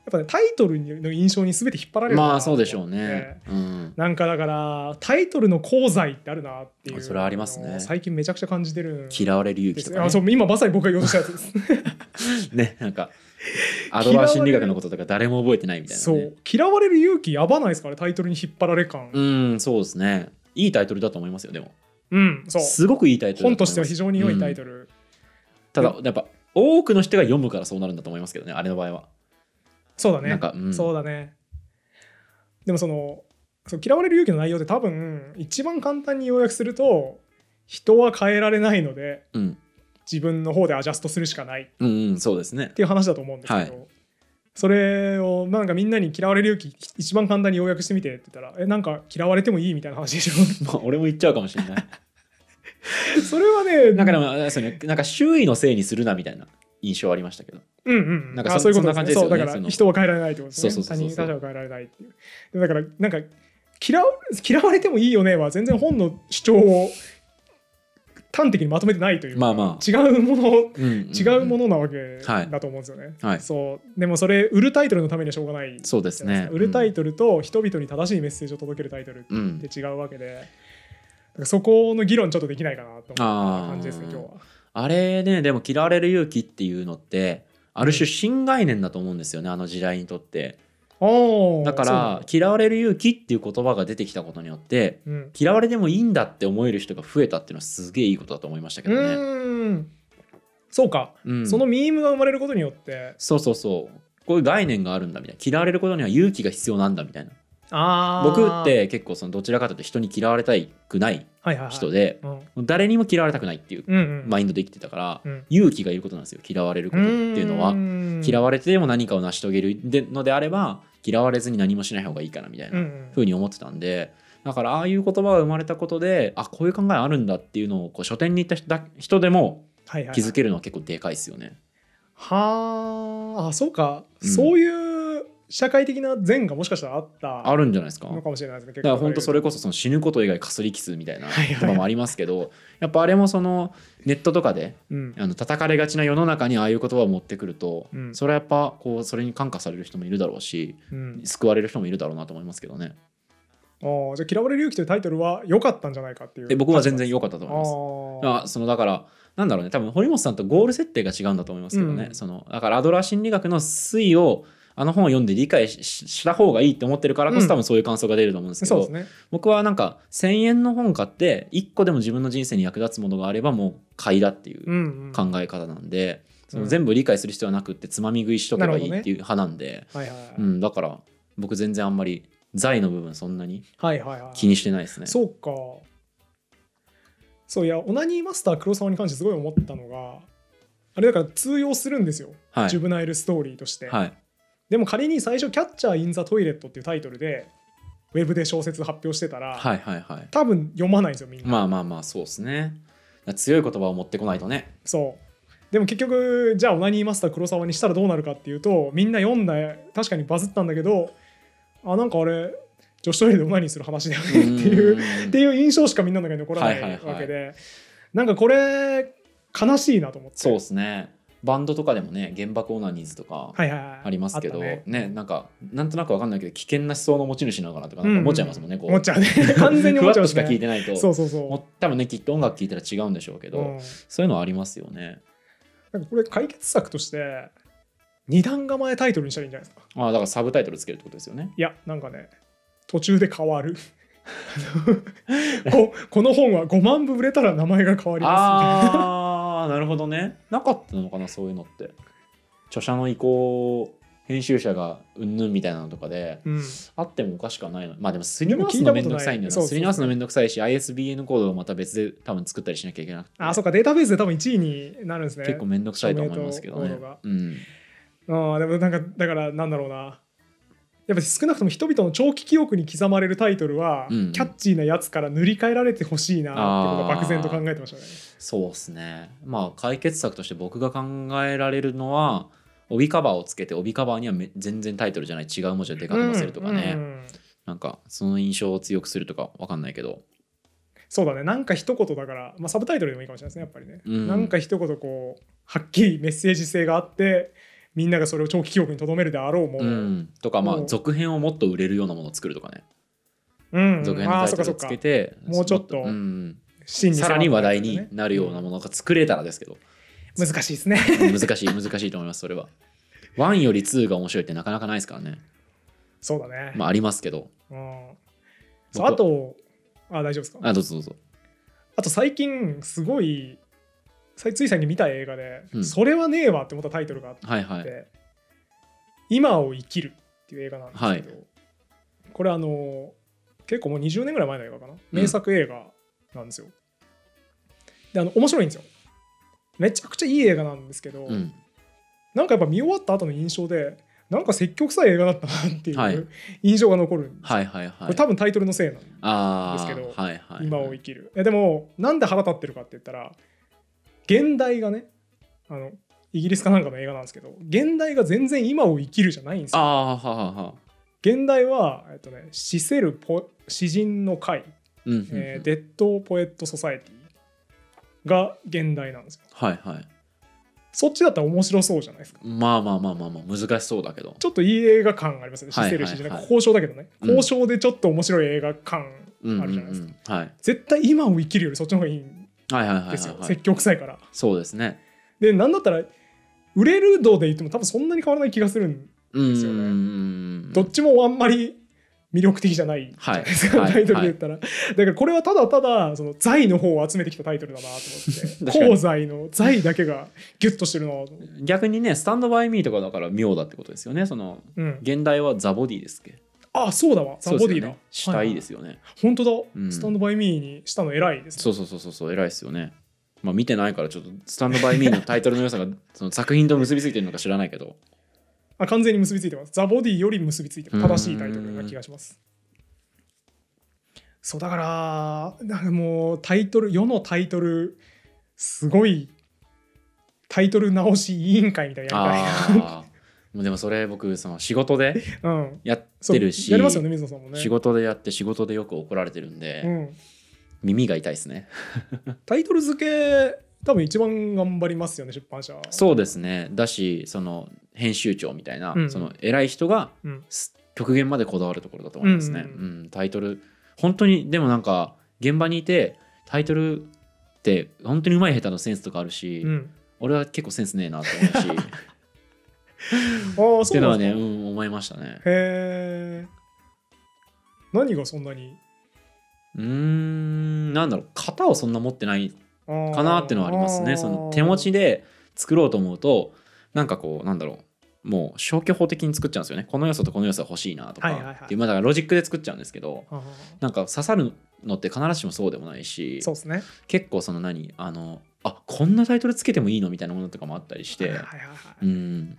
[SPEAKER 1] っぱねタイトルの印象に全て引っ張られるなと
[SPEAKER 2] ま
[SPEAKER 1] 思
[SPEAKER 2] あ
[SPEAKER 1] って
[SPEAKER 2] そうでしょうね、うん、
[SPEAKER 1] なんかだからタイトルの功罪ってあるなっていう
[SPEAKER 2] それはありますね
[SPEAKER 1] のを最近めちゃくちゃ感じてるんです
[SPEAKER 2] 嫌われる勇気とか、ね、
[SPEAKER 1] あそう今まさに僕が言おうとしたやつです
[SPEAKER 2] ねなんかアドラー心理学のこととか誰も覚えてないみたいな、ね、
[SPEAKER 1] そう嫌われる勇気やばないですからタイトルに引っ張られ感うん、
[SPEAKER 2] うんそうですねいいタイトルだと思いますよでも
[SPEAKER 1] そう
[SPEAKER 2] すごくいいタイトル
[SPEAKER 1] 本と
[SPEAKER 2] だ思い
[SPEAKER 1] して
[SPEAKER 2] ま
[SPEAKER 1] は
[SPEAKER 2] す
[SPEAKER 1] 非常に良いタイトル、
[SPEAKER 2] ただやっぱ多くの人が読むからそうなるんだと思いますけどねあれの場合は
[SPEAKER 1] そうだね
[SPEAKER 2] なんかうん
[SPEAKER 1] そうだねでもそのそう嫌われる勇気の内容で多分一番簡単に要約すると人は変えられないので
[SPEAKER 2] うん
[SPEAKER 1] 自分の方でアジャストするしかない
[SPEAKER 2] うんうんそうですね *laughs*
[SPEAKER 1] っていう話だと思うんですけど、それをなんかみんなに嫌われる勇気一番簡単に要約してみてって言ったらえなんか嫌われてもいいみたいな話でしょ *laughs*
[SPEAKER 2] まあ俺も言っちゃうかもしれない
[SPEAKER 1] それはね
[SPEAKER 2] なんかでもあれですよねなんか周囲のせいにするなみたいな印象はありましたけど
[SPEAKER 1] うんうん
[SPEAKER 2] なんか
[SPEAKER 1] あ
[SPEAKER 2] そ
[SPEAKER 1] そういうこと
[SPEAKER 2] そんな感じ
[SPEAKER 1] ね
[SPEAKER 2] ですよ
[SPEAKER 1] そう
[SPEAKER 2] ね
[SPEAKER 1] だか
[SPEAKER 2] そ
[SPEAKER 1] ら
[SPEAKER 2] の
[SPEAKER 1] 人は変えられないってことですね
[SPEAKER 2] そうそうそうそう
[SPEAKER 1] 他人他者は変えられないっていうでもだからなんか嫌わ嫌われてもいいよねは全然本の主張を端的にまとめてないというか
[SPEAKER 2] まあまあ
[SPEAKER 1] 違うもの
[SPEAKER 2] うんんん
[SPEAKER 1] 違うものなわけ
[SPEAKER 2] はい
[SPEAKER 1] だと思うんですよね、
[SPEAKER 2] はい
[SPEAKER 1] そうでもそれ売るタイトルのためにはしょうがない
[SPEAKER 2] そうですね
[SPEAKER 1] 売るタイトルと人々に正しいメッセージを届けるタイトルっ
[SPEAKER 2] うん
[SPEAKER 1] て違うわけで、だからそこの議論ちょっとできないかなと思った
[SPEAKER 2] あー
[SPEAKER 1] 感じですね今日は。
[SPEAKER 2] あれねでも嫌われる勇気っていうのってある種新概念だと思うんですよねあの時代にとって
[SPEAKER 1] おー
[SPEAKER 2] だから嫌われる勇気っていう言葉が出てきたことによって
[SPEAKER 1] そうなんだ
[SPEAKER 2] 嫌われてもいいんだって思える人が増えたっていうのはすげえいいことだと思いましたけ
[SPEAKER 1] うん、う
[SPEAKER 2] どね、
[SPEAKER 1] ーんそうか、
[SPEAKER 2] うん、
[SPEAKER 1] そのミームが生まれることによって
[SPEAKER 2] そうそうそうこういう概念があるんだみたいな嫌われることには勇気が必要なんだみたいな
[SPEAKER 1] あー
[SPEAKER 2] 僕って結構そのどちらかというと人に嫌われたくない
[SPEAKER 1] はいはいはい
[SPEAKER 2] 人で、
[SPEAKER 1] うん
[SPEAKER 2] 誰にも嫌われたくないっていう
[SPEAKER 1] うんうん
[SPEAKER 2] マインドで生きてたから、
[SPEAKER 1] うん
[SPEAKER 2] 勇気がいることなんですよ嫌われることっていうのは嫌
[SPEAKER 1] わ
[SPEAKER 2] われてでも何かを成し遂げるでのであれば嫌われずに何もしない方がいいかなみたい
[SPEAKER 1] うんう
[SPEAKER 2] なんふうに思ってたんでだからああいう言葉が生まれたことであこういう考えあるんだっていうのをこう書店に行った人だ人でも
[SPEAKER 1] はいはい
[SPEAKER 2] 気づけるのは結構でかいですよね。
[SPEAKER 1] はーあそうか、
[SPEAKER 2] うん
[SPEAKER 1] そういう社会的な善がもしかしたらあった
[SPEAKER 2] あるんじゃないですか。
[SPEAKER 1] のかもしれないですね
[SPEAKER 2] だから本当そ
[SPEAKER 1] れ
[SPEAKER 2] れこそその死ぬこと以外かすり傷みたいな
[SPEAKER 1] はいはい
[SPEAKER 2] 言葉もありますけどやっぱあれもそのネットとかで
[SPEAKER 1] うん
[SPEAKER 2] あの叩かれがちな世の中にああいう言葉を持ってくると
[SPEAKER 1] うん
[SPEAKER 2] それはやっぱこうそれに感化される人もいるだろうし
[SPEAKER 1] うん
[SPEAKER 2] 救われる人もいるだろうなと思いますけどね。
[SPEAKER 1] あーじゃあ嫌われる勇気というタイトルは良かったんじゃないかっていう
[SPEAKER 2] で僕は全然良かったと
[SPEAKER 1] あ
[SPEAKER 2] 思いま
[SPEAKER 1] ー
[SPEAKER 2] す。あそのだからなんだろうね多分堀本さんとゴール設定が違うんだと思いますけどね、
[SPEAKER 1] うん
[SPEAKER 2] そのだからアドラー心理学の推移をあの本を読んで理解ししした方がいいって思ってるからこそ、
[SPEAKER 1] うん
[SPEAKER 2] 多分そういう感想が出ると思うんですけ
[SPEAKER 1] そう
[SPEAKER 2] ど
[SPEAKER 1] ですね
[SPEAKER 2] 僕はなんか1,000円の本買って1個でも自分の人生に役立つものがあればもう買いだっていううん
[SPEAKER 1] うん
[SPEAKER 2] 考え方なんで、そうの
[SPEAKER 1] ん
[SPEAKER 2] 全部理解する必要はなくってつまみ食いしとけば
[SPEAKER 1] なる
[SPEAKER 2] い
[SPEAKER 1] ほど
[SPEAKER 2] い
[SPEAKER 1] ね
[SPEAKER 2] っていう派なんで、
[SPEAKER 1] はいはい
[SPEAKER 2] うん、だから僕全然あんまり財の部分そんなに
[SPEAKER 1] はいはいはい
[SPEAKER 2] 気にしてないですね。
[SPEAKER 1] そうかそういやオナニーマスター黒沢に関してすごい思ったのがあれだから通用するんですよ、
[SPEAKER 2] は
[SPEAKER 1] ジュ
[SPEAKER 2] い、
[SPEAKER 1] ブナイルストーリーとして、
[SPEAKER 2] はい
[SPEAKER 1] でも仮に最初「キャッチャー・イン・ザ・トイレット」っていうタイトルでウェブで小説発表してたら、
[SPEAKER 2] はいはいはい
[SPEAKER 1] 多分読まないんですよみんな、
[SPEAKER 2] まあまあまあそうですね強い言葉を持ってこないとね
[SPEAKER 1] そうでも結局じゃあオナニーマスター黒沢にしたらどうなるかっていうとみんな読んだ確かにバズったんだけどあなんかあれ女子トイレでオナニーする話だよね *laughs* っていうっていう印象しかみんなの中に残らない
[SPEAKER 2] はいはいはい
[SPEAKER 1] わけで、なんかこれ悲しいなと思って
[SPEAKER 2] そうですねバンドとかでもね原爆オナニーズと
[SPEAKER 1] は
[SPEAKER 2] か
[SPEAKER 1] いはいはい、
[SPEAKER 2] ありますけ
[SPEAKER 1] あ
[SPEAKER 2] ど、
[SPEAKER 1] った
[SPEAKER 2] ね
[SPEAKER 1] ね
[SPEAKER 2] なんかなんとなくわかんないけど危険な思想の持ち主なのかなとかなんか思っちゃいますもんね、こう
[SPEAKER 1] 思っち
[SPEAKER 2] *laughs*
[SPEAKER 1] ゃうね完全に
[SPEAKER 2] ふ
[SPEAKER 1] 思
[SPEAKER 2] わ
[SPEAKER 1] っ
[SPEAKER 2] っ
[SPEAKER 1] ちゃう
[SPEAKER 2] と
[SPEAKER 1] ね
[SPEAKER 2] しか聞いてないと
[SPEAKER 1] そうそうそう
[SPEAKER 2] もう多分ねきっと音楽聴いたら違うんでしょうけど、
[SPEAKER 1] うん
[SPEAKER 2] そういうのはありますよね
[SPEAKER 1] なんかこれ解決策として二段構えタイトルにしたらいいんじゃないですか
[SPEAKER 2] あだからサブタイトルつけるってことですよね
[SPEAKER 1] いやなんかね途中で変
[SPEAKER 2] *laughs*
[SPEAKER 1] わるここの本は5万部売れたら名前が変わりますみたいな
[SPEAKER 2] ああなるほどねなかったのかなそういうのって著者の意向編集者がうんぬんみたいなのとかで
[SPEAKER 1] うん、
[SPEAKER 2] あってもおかしくはないのまあでもすり直すのめんどくさいんだ
[SPEAKER 1] でも聞いたことな
[SPEAKER 2] よ
[SPEAKER 1] いそうそう
[SPEAKER 2] なすり直すのめんどくさいし ISBN コードをまた別で多分作ったりしなきゃいけなくて
[SPEAKER 1] あそうかデータベースで多分1位になるんですね
[SPEAKER 2] 結構めんどくさいと思いますけど
[SPEAKER 1] 署
[SPEAKER 2] ね
[SPEAKER 1] 名とコードが
[SPEAKER 2] うん
[SPEAKER 1] ああでもなんかだからなんだろうなやっぱ少なくとも人々の長期記憶に刻まれるタイトルは、
[SPEAKER 2] うん
[SPEAKER 1] キャッチーなやつから塗り替えられてほしいなってことは漠然と考えてましたね。
[SPEAKER 2] そうですねまあ解決策として僕が考えられるのは帯カバーをつけて帯カバーにはめ全然タイトルじゃない違う文字をでかく載せるとかね、
[SPEAKER 1] うんうん
[SPEAKER 2] なんかその印象を強くするとかわかんないけど
[SPEAKER 1] そうだねなんか一言だから、まあ、サブタイトルでもいいかもしれないですねやっぱりね、
[SPEAKER 2] うん
[SPEAKER 1] なんか一言こうはっきりメッセージ性があってみんながそれを長期記憶に留めるであろうもの、
[SPEAKER 2] うん、とかま
[SPEAKER 1] も
[SPEAKER 2] あ
[SPEAKER 1] う
[SPEAKER 2] 続編をもっと売れるようなものを作るとかね、
[SPEAKER 1] うん
[SPEAKER 2] 続編
[SPEAKER 1] あ
[SPEAKER 2] の
[SPEAKER 1] あ
[SPEAKER 2] タイ
[SPEAKER 1] そっかそ
[SPEAKER 2] トルを
[SPEAKER 1] っ
[SPEAKER 2] つ
[SPEAKER 1] か
[SPEAKER 2] けて
[SPEAKER 1] もうちょっと
[SPEAKER 2] うん
[SPEAKER 1] 真
[SPEAKER 2] さらに話題
[SPEAKER 1] 迫
[SPEAKER 2] に
[SPEAKER 1] る
[SPEAKER 2] なるようなものが作れたらですけど、
[SPEAKER 1] うん難しいですね
[SPEAKER 2] 難しい難しいと思いますそれは1より2が面白いってなかなかないですからね
[SPEAKER 1] そうだね、
[SPEAKER 2] まあありますけど
[SPEAKER 1] うんそうあとあ大丈夫ですか
[SPEAKER 2] あどうぞどうぞ
[SPEAKER 1] あと最近すごいさつい最近見た映画で、
[SPEAKER 2] うん
[SPEAKER 1] それはねえわって思ったタイトルがあって
[SPEAKER 2] はいはい
[SPEAKER 1] 今を生きる」っていう映画なんですけど、これあの結構もう20年ぐらい前の映画かな名作映画なんですよ、であの面白いんですよめちゃくちゃいい映画なんですけど、
[SPEAKER 2] うん
[SPEAKER 1] なんかやっぱ見終わった後の印象でなんか積極臭い映画だったなってい
[SPEAKER 2] は
[SPEAKER 1] う
[SPEAKER 2] い
[SPEAKER 1] 印象が残るんです、
[SPEAKER 2] はいはい
[SPEAKER 1] こ
[SPEAKER 2] は
[SPEAKER 1] れ
[SPEAKER 2] い
[SPEAKER 1] 多分タイトルのせいなんです
[SPEAKER 2] あ
[SPEAKER 1] です
[SPEAKER 2] あ
[SPEAKER 1] けど
[SPEAKER 2] はいはい
[SPEAKER 1] 今を生きるえでもなんで腹立ってるかって言ったら現代がねあのイギリスかなんかの映画なんですけど現代が全然今を生きるじゃないんです
[SPEAKER 2] あ
[SPEAKER 1] よ
[SPEAKER 2] あははは
[SPEAKER 1] 現代は、えっとね、死せるポ詩人の会、
[SPEAKER 2] うんうんうん
[SPEAKER 1] えーデッド・ポエット・ソサエティが現代なんですよ
[SPEAKER 2] はいはい
[SPEAKER 1] そっちだったら面白そうじゃないですか
[SPEAKER 2] まあまあまあまあまあ難しそうだけど
[SPEAKER 1] ちょっといい映画感がありますよね死
[SPEAKER 2] はい
[SPEAKER 1] せ
[SPEAKER 2] はいは
[SPEAKER 1] る詩
[SPEAKER 2] い
[SPEAKER 1] 人の会交渉だけどね、
[SPEAKER 2] うん
[SPEAKER 1] 交渉でちょっと面白い映画感
[SPEAKER 2] うん
[SPEAKER 1] あるじゃないですか、
[SPEAKER 2] うんうんはい
[SPEAKER 1] 絶対今を生きるよりそっちの方がいいん
[SPEAKER 2] はいはいはいは
[SPEAKER 1] で
[SPEAKER 2] い
[SPEAKER 1] すよ、
[SPEAKER 2] は
[SPEAKER 1] 積
[SPEAKER 2] い
[SPEAKER 1] 極臭いから
[SPEAKER 2] そうですね
[SPEAKER 1] でなんだったら売れる度で言っても多分そんなに変わらない気がするん
[SPEAKER 2] うんうん
[SPEAKER 1] すよね
[SPEAKER 2] うん
[SPEAKER 1] どっちもあんまり魅力的じゃないじゃ *laughs* ないですか、
[SPEAKER 2] はい
[SPEAKER 1] タイトルで言ったら、だからこれはただただその財の方を集めてきたタイトルだなと思っ
[SPEAKER 2] *laughs* 確か
[SPEAKER 1] て
[SPEAKER 2] に
[SPEAKER 1] 功罪の財だけがギュッとしてるなと思って
[SPEAKER 2] 逆にねスタンドバイミーとかだから妙だってことですよねその
[SPEAKER 1] うん、
[SPEAKER 2] 現代はザ・ボディですっけ
[SPEAKER 1] あそうだわザ・ボディ
[SPEAKER 2] そうですよ
[SPEAKER 1] だ
[SPEAKER 2] ね主体ですすよね、
[SPEAKER 1] 本当だ、
[SPEAKER 2] うん
[SPEAKER 1] スタンドバイミーにしたの偉いですね
[SPEAKER 2] そうそうそうそうそう偉いですよねまあ見てないからちょっと「スタンドバイ・ミー」のタイトルの良さ
[SPEAKER 1] *laughs*
[SPEAKER 2] がその作品と結びついてるのか知らないけど
[SPEAKER 1] あ完全に結びついてますザ・ボディより結びついてる
[SPEAKER 2] うん
[SPEAKER 1] 正しいタイトルな気がしますそうだからなんかもうタイトル世のタイトルすごいタイトル直し委員会みたいなのやりたいな
[SPEAKER 2] ああーもうでもそれ僕その仕事で
[SPEAKER 1] *laughs* うん
[SPEAKER 2] やっ
[SPEAKER 1] そう
[SPEAKER 2] てるし
[SPEAKER 1] やりますよね水野さんもね
[SPEAKER 2] 仕事でやって仕事でよく怒られてるんで、
[SPEAKER 1] うん、
[SPEAKER 2] 耳が痛いですね
[SPEAKER 1] タイトル付け多分一番頑張りますよね出版社
[SPEAKER 2] そうですねだしその編集長みたいな、
[SPEAKER 1] うん
[SPEAKER 2] その偉い人が
[SPEAKER 1] うん
[SPEAKER 2] す極限までこだわるところだと思いますね、
[SPEAKER 1] う
[SPEAKER 2] うんん
[SPEAKER 1] うん
[SPEAKER 2] タイトル本当にでもなんか現場にいてタイトルって本当にうまい下手のセンスとかあるし、
[SPEAKER 1] うん、
[SPEAKER 2] 俺は結構センスねえなと
[SPEAKER 1] *laughs*
[SPEAKER 2] 思
[SPEAKER 1] ああそうなんで
[SPEAKER 2] うしっ
[SPEAKER 1] す
[SPEAKER 2] て
[SPEAKER 1] か
[SPEAKER 2] のはね、うん、思いましたね
[SPEAKER 1] へえ何がそんなに
[SPEAKER 2] うーんなんだろう型をそんな持ってない
[SPEAKER 1] か
[SPEAKER 2] かなってのはありますねその手持ちで作ろうと思うとなんかこうなんだろうもう消去法的に作っちゃうんですよねこの要素とこの要素は欲しいなとか、
[SPEAKER 1] はいはいはい
[SPEAKER 2] っていうまあだからロジックで作っちゃうんですけど
[SPEAKER 1] あ
[SPEAKER 2] なんか刺さるのって必ずしもそうでもないし
[SPEAKER 1] ーそうですね
[SPEAKER 2] 結構その何あのあこんなタイトルつけてもいいのみたいなものとかもあったりし
[SPEAKER 1] はい
[SPEAKER 2] て
[SPEAKER 1] はいはいはい
[SPEAKER 2] うん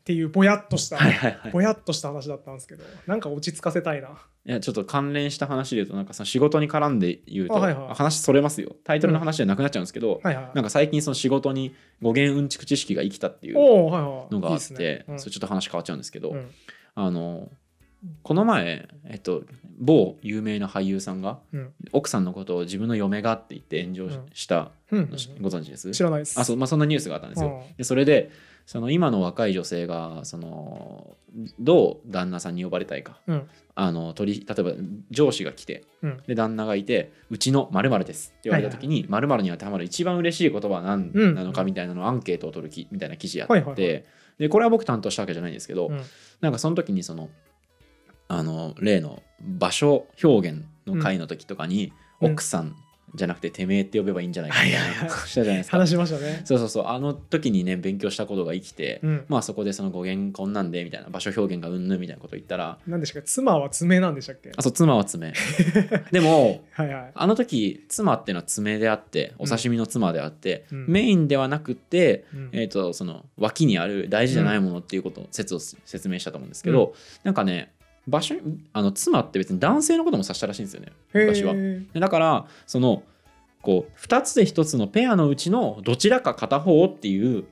[SPEAKER 1] っていうぼやっとした、
[SPEAKER 2] はいはいはい
[SPEAKER 1] ぼやっとした話だったんですけどなんか落ち着かせたいない
[SPEAKER 2] やちょっと関連した話で言うとなんかその仕事に絡んで言うと
[SPEAKER 1] あはいはい
[SPEAKER 2] あ話それますよタイトルの話じゃなくなっちゃうんですけど、
[SPEAKER 1] はいはい
[SPEAKER 2] なんか最近その仕事に語源うんちく知識が生きたっていう
[SPEAKER 1] おおはいはい
[SPEAKER 2] のが
[SPEAKER 1] い
[SPEAKER 2] あ
[SPEAKER 1] い
[SPEAKER 2] っ
[SPEAKER 1] す
[SPEAKER 2] て
[SPEAKER 1] ねうん
[SPEAKER 2] それちょっと話変わっちゃうんですけど、
[SPEAKER 1] うん
[SPEAKER 2] あのこの前、えっと、某有名な俳優さんが
[SPEAKER 1] うん
[SPEAKER 2] 奥さんのことを自分の嫁がって言って炎上し
[SPEAKER 1] うん
[SPEAKER 2] した
[SPEAKER 1] うん
[SPEAKER 2] のし、ご存知です
[SPEAKER 1] 知らないです
[SPEAKER 2] あそうまあ、そんなニュースがあったんですよ。
[SPEAKER 1] うん
[SPEAKER 2] でそれでその今の若い女性がそのどう旦那さんに呼ばれたいか
[SPEAKER 1] うん
[SPEAKER 2] あの取り例えば上司が来て
[SPEAKER 1] うん
[SPEAKER 2] で旦那がいて「うちの〇〇です」って言われた時に〇〇に当てはまる一番嬉しい言葉は何
[SPEAKER 1] うん
[SPEAKER 2] なのかみたいなのをアンケートを取るきみたいな記事やって、
[SPEAKER 1] はいはいはい
[SPEAKER 2] でこれは僕担当したわけじゃないんですけど、
[SPEAKER 1] うん
[SPEAKER 2] なんかその時にそのあの例の場所表現の回の時とかに、
[SPEAKER 1] うん
[SPEAKER 2] 奥さんじゃなくててめえって呼べばいいんじゃないかみたい
[SPEAKER 1] はいはい
[SPEAKER 2] な
[SPEAKER 1] はい
[SPEAKER 2] したじゃないですか。
[SPEAKER 1] 話しましたね
[SPEAKER 2] そうそうそうあの時にね勉強したことが生きて、
[SPEAKER 1] うん
[SPEAKER 2] まあそこでその語源こんなんでみたいな場所表現がうんぬんみたいなこと言ったら
[SPEAKER 1] 何でしたっけ妻は爪なんでしたっけ
[SPEAKER 2] あそう妻
[SPEAKER 1] *laughs*
[SPEAKER 2] は爪でも
[SPEAKER 1] はいはい
[SPEAKER 2] あの時妻っていうのは爪であってお刺身の妻であって、
[SPEAKER 1] うん
[SPEAKER 2] メインではなくて、
[SPEAKER 1] うん
[SPEAKER 2] えー、とその脇にある大事じゃないものっていうことを説を説明したと思うんですけど、なんかね場所あの妻って別に男性のことも指したらしいんですよね
[SPEAKER 1] へ
[SPEAKER 2] 昔は。
[SPEAKER 1] ー
[SPEAKER 2] でだからそのこう2つで1つのペアのうちのどちらか片方っていう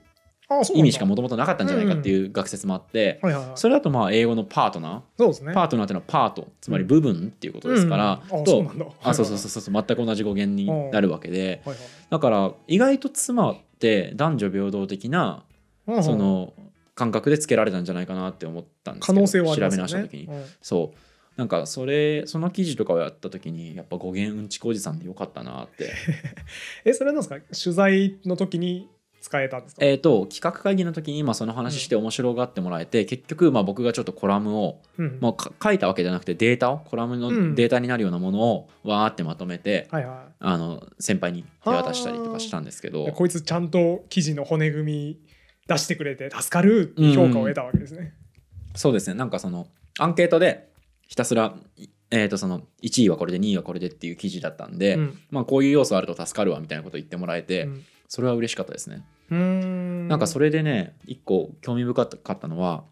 [SPEAKER 1] あそうなんだ
[SPEAKER 2] 意味しかもともとなかったんじゃないかっていう学説もあって、
[SPEAKER 1] はいはいはい、そ
[SPEAKER 2] それだとまあ英語のパートナ
[SPEAKER 1] うですね
[SPEAKER 2] ーパートナーっていうのはパートつまり部分っていうことですから、
[SPEAKER 1] うんうんあそう
[SPEAKER 2] と
[SPEAKER 1] なんだはいはい
[SPEAKER 2] あそうそうそうそう全く同じ語源になるわけで
[SPEAKER 1] はいはい
[SPEAKER 2] だから意外と妻って男女平等的な
[SPEAKER 1] うんうん
[SPEAKER 2] その感覚でつけられたんじゃないかなって思ったんですけ
[SPEAKER 1] 可
[SPEAKER 2] ど
[SPEAKER 1] 能性はあり
[SPEAKER 2] 調
[SPEAKER 1] ます
[SPEAKER 2] べ
[SPEAKER 1] よ
[SPEAKER 2] 直
[SPEAKER 1] ね
[SPEAKER 2] した時に
[SPEAKER 1] う。ん
[SPEAKER 2] そうなんかそれその記事とかをやった時にやっぱ語源うんちこおじさんでよかったなって
[SPEAKER 1] *laughs* えそれはなんですか取材の時に使えたんですか
[SPEAKER 2] えっと企画会議の時に今その話して面白がってもらえて、結局まあ僕がちょっとコラムを、
[SPEAKER 1] うん
[SPEAKER 2] まあ、か書いたわけじゃなくてデータをコラム
[SPEAKER 1] うん
[SPEAKER 2] のデータになるようなものをわーってまとめて、
[SPEAKER 1] はいは
[SPEAKER 2] あの先輩に手渡したりとかしたんですけ
[SPEAKER 1] い
[SPEAKER 2] ど
[SPEAKER 1] でこいつちゃんと記事の骨組み出してくれて助かるって評価を得たわけですね、
[SPEAKER 2] そうですねなんかそのアンケートでひたすら、いえー、とその1位はこれで2位はこれでっていう記事だったんで、
[SPEAKER 1] うん
[SPEAKER 2] まあ、こういう要素あると助かるわみたいなこと言ってもらえて、
[SPEAKER 1] うん
[SPEAKER 2] それは嬉しかったですね。
[SPEAKER 1] うーん
[SPEAKER 2] なんかそ
[SPEAKER 1] れ
[SPEAKER 2] れでね一個興味深かったのは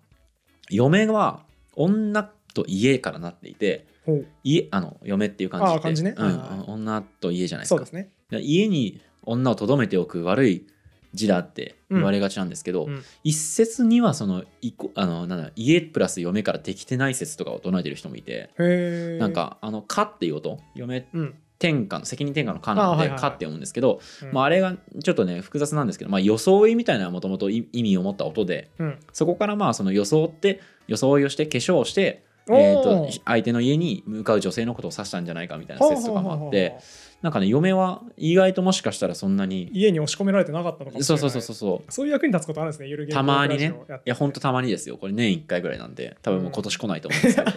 [SPEAKER 2] 嫁は女と家からなっていて
[SPEAKER 1] ほう
[SPEAKER 2] 家あの嫁っていう感じ
[SPEAKER 1] あー
[SPEAKER 2] で
[SPEAKER 1] 漢字ね
[SPEAKER 2] うん
[SPEAKER 1] はいはい
[SPEAKER 2] 女と家じゃないです
[SPEAKER 1] そう
[SPEAKER 2] か
[SPEAKER 1] ですね
[SPEAKER 2] 家に女をとどめておく悪い字だって言われがちなんですけど、
[SPEAKER 1] うんうん
[SPEAKER 2] 一説にはそのいこあのなんだ家プラス嫁からできてない説とかを唱えてる人もいて、
[SPEAKER 1] へえ
[SPEAKER 2] なんかあの「か」っていう音嫁
[SPEAKER 1] うん、
[SPEAKER 2] 転嫁の責任転嫁の「か」な
[SPEAKER 1] あー
[SPEAKER 2] の
[SPEAKER 1] は
[SPEAKER 2] で
[SPEAKER 1] い
[SPEAKER 2] 「
[SPEAKER 1] はいはい
[SPEAKER 2] か」って読むんですけど、
[SPEAKER 1] うん
[SPEAKER 2] まあ、あれがちょっとね複雑なんですけど、まあ、装いみたいなもともと意味を持った音で
[SPEAKER 1] うん
[SPEAKER 2] そこからまあその装って装いをして化粧をして、
[SPEAKER 1] おー
[SPEAKER 2] えー、と相手の家に向かう女性のことを指したんじゃないかみたいな説とかもあっ
[SPEAKER 1] ほうほうほう
[SPEAKER 2] て
[SPEAKER 1] ほう
[SPEAKER 2] なんかね嫁は意外ともしかしたらそんなに
[SPEAKER 1] 家に押し込められてなかったのかもしれ
[SPEAKER 2] そ
[SPEAKER 1] な
[SPEAKER 2] う
[SPEAKER 1] い
[SPEAKER 2] そうそうそうそう
[SPEAKER 1] そういう役に立つことあるんですねゆるゲーム
[SPEAKER 2] たまにね
[SPEAKER 1] ラジオやって
[SPEAKER 2] いやほんとたまにですよこれ年1回ぐらいなんで多分もう今年来ないと思うんです
[SPEAKER 1] *laughs*
[SPEAKER 2] けど、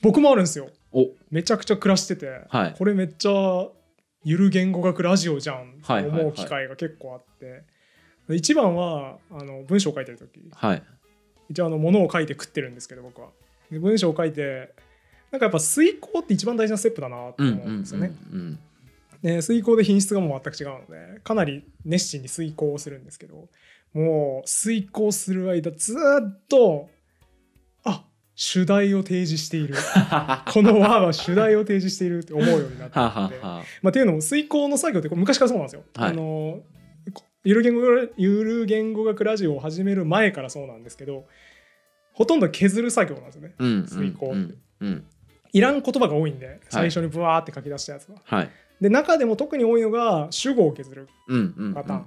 [SPEAKER 1] 僕もあるんですよ
[SPEAKER 2] お
[SPEAKER 1] めちゃくちゃ暮らしてて、
[SPEAKER 2] はい
[SPEAKER 1] これめっちゃゆる言語学ラジオじゃんって
[SPEAKER 2] はいはいはい
[SPEAKER 1] 思う機会が結構あって、で一番はあの文章を書いてる時
[SPEAKER 2] はい
[SPEAKER 1] 一応あの物を書いて食ってるんですけど僕はで文章を書いてなんかやっぱ遂行って一番大事なステップだなと
[SPEAKER 2] うんう
[SPEAKER 1] 思
[SPEAKER 2] ん
[SPEAKER 1] うんです
[SPEAKER 2] う
[SPEAKER 1] よ
[SPEAKER 2] ん
[SPEAKER 1] ね、
[SPEAKER 2] *laughs* うん
[SPEAKER 1] で水耕で品質がもう全く違うのでかなり熱心に水耕をするんですけどもう水耕する間ずーっとあ主題を提示しているこの輪は主題を提示しているって思うようになって
[SPEAKER 2] はあ、はあはあ、
[SPEAKER 1] まあ、っていうのも水耕の作業ってこう昔からそうなんですよ。
[SPEAKER 2] はい
[SPEAKER 1] あのこゆる言語学ゆる言語学ラジオを始める前からそうなんですけどほとんど削る作業なんですよね。
[SPEAKER 2] うんうん
[SPEAKER 1] 遂行
[SPEAKER 2] うんうん
[SPEAKER 1] いらん言葉が多いんで最初にブワーって書き出したやつは。
[SPEAKER 2] はい
[SPEAKER 1] で中でも特に多いのが主語を削る
[SPEAKER 2] うんうんうん
[SPEAKER 1] パターン。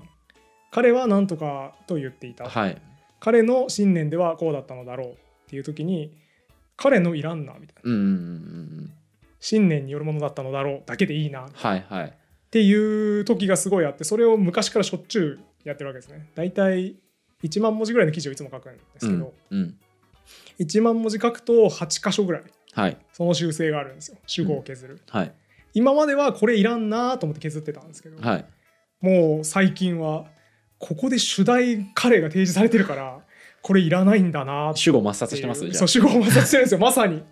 [SPEAKER 1] 彼は何とかと言っていた、
[SPEAKER 2] はい
[SPEAKER 1] 彼の信念ではこうだったのだろうっていう時に彼のいらんなみたいな
[SPEAKER 2] うんうんうんうん
[SPEAKER 1] 信念によるものだったのだろうだけでいいな
[SPEAKER 2] はいはい
[SPEAKER 1] っていう時がすごいあってそれを昔からしょっちゅうやってるわけですね大体1万文字ぐらいの記事をいつも書くんですけど、
[SPEAKER 2] うんうん
[SPEAKER 1] 1万文字書くと8箇所ぐらい
[SPEAKER 2] はい
[SPEAKER 1] その修正があるんですよ主語を削る、
[SPEAKER 2] はい
[SPEAKER 1] 今まではこれいらんなと思って削ってたんですけど、
[SPEAKER 2] はい
[SPEAKER 1] もう最近はここで主題彼が提示されてるからこれいらないんだなって
[SPEAKER 2] 主語抹殺してま
[SPEAKER 1] い
[SPEAKER 2] すよ
[SPEAKER 1] う
[SPEAKER 2] じ
[SPEAKER 1] そ
[SPEAKER 2] ゃあ
[SPEAKER 1] う主語を摩擦してるんですよまさに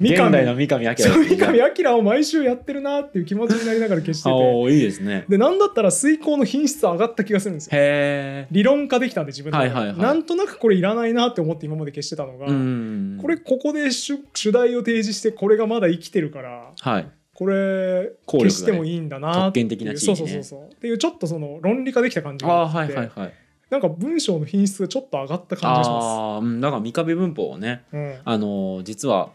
[SPEAKER 2] 現代の
[SPEAKER 1] の
[SPEAKER 2] 三上明
[SPEAKER 1] そう三上明を毎週やってるなっていう気持ちになりながら消してて
[SPEAKER 2] おいいですね
[SPEAKER 1] で何だったら水耕の品質上がった気がするんですよ
[SPEAKER 2] へえ
[SPEAKER 1] 理論化できたんで自分で、
[SPEAKER 2] はいはいはい
[SPEAKER 1] なんとなくこれいらないなって思って今まで消してたのが、
[SPEAKER 2] うん
[SPEAKER 1] これここで主主題を提示してこれがまだ生きてるから
[SPEAKER 2] はい
[SPEAKER 1] これ
[SPEAKER 2] 効力が
[SPEAKER 1] 消
[SPEAKER 2] ね
[SPEAKER 1] してもいいんだなっていう
[SPEAKER 2] 特権的な地位
[SPEAKER 1] そう
[SPEAKER 2] ね
[SPEAKER 1] そうそうそうっていうちょっとその論理化できた感じ
[SPEAKER 2] あ
[SPEAKER 1] があ
[SPEAKER 2] あ
[SPEAKER 1] って
[SPEAKER 2] はいはいはい
[SPEAKER 1] なんか文章の品質がちょっと上がった感じがします。
[SPEAKER 2] ああうんだから三上文法をね
[SPEAKER 1] うん
[SPEAKER 2] あのー実は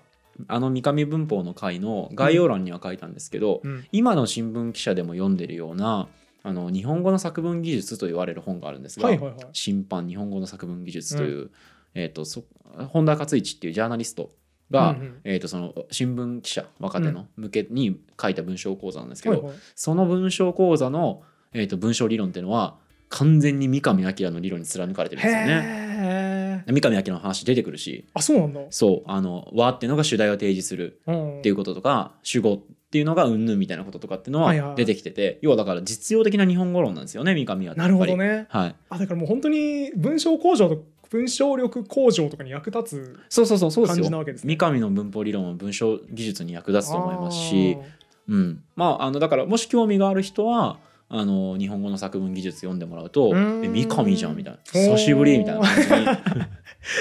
[SPEAKER 2] あの三上文法の回の概要欄には書いたんですけど
[SPEAKER 1] うん
[SPEAKER 2] 今の新聞記者でも読んでるようなあの日本語の作文技術と言われる本があるんですが
[SPEAKER 1] はいはいはい
[SPEAKER 2] 「審判日本語の作文技術」という、えー、とそ本田勝一っていうジャーナリストが、
[SPEAKER 1] うんうん
[SPEAKER 2] えー、とその新聞記者若手の向けに書いた文章講座なんですけど、
[SPEAKER 1] はいはい
[SPEAKER 2] その文章講座の、えー、と文章理論っていうのは完全に三上明の理論に貫かれてるんですよね。
[SPEAKER 1] へえ
[SPEAKER 2] 三上明の話出てくるし
[SPEAKER 1] あそうなんだ。
[SPEAKER 2] そうあの「和」っていうのが主題を提示する
[SPEAKER 1] うん
[SPEAKER 2] っていうこととか主語っていうのがうんぬんみたいなこととかっていうの
[SPEAKER 1] はいはいは
[SPEAKER 2] はい出てきてて、要はだから実用的な日本語論なんですよね三上はやっぱ
[SPEAKER 1] な
[SPEAKER 2] り
[SPEAKER 1] るほどね。
[SPEAKER 2] はい、
[SPEAKER 1] あだからもう本当に文章向上と文章力向上とかに役立つ
[SPEAKER 2] そうそうそうそうです
[SPEAKER 1] 感
[SPEAKER 2] よ
[SPEAKER 1] じなわけですね
[SPEAKER 2] 三上の文法理論は文章技術に役立つと思いますし
[SPEAKER 1] あー、
[SPEAKER 2] うん、まああのだからもし興味がある人はあの日本語の作文技術読んでもらうと
[SPEAKER 1] うーん
[SPEAKER 2] 「え三上じゃん」みたいな「
[SPEAKER 1] おー
[SPEAKER 2] 久しぶり」みたい
[SPEAKER 1] *laughs*
[SPEAKER 2] な感じに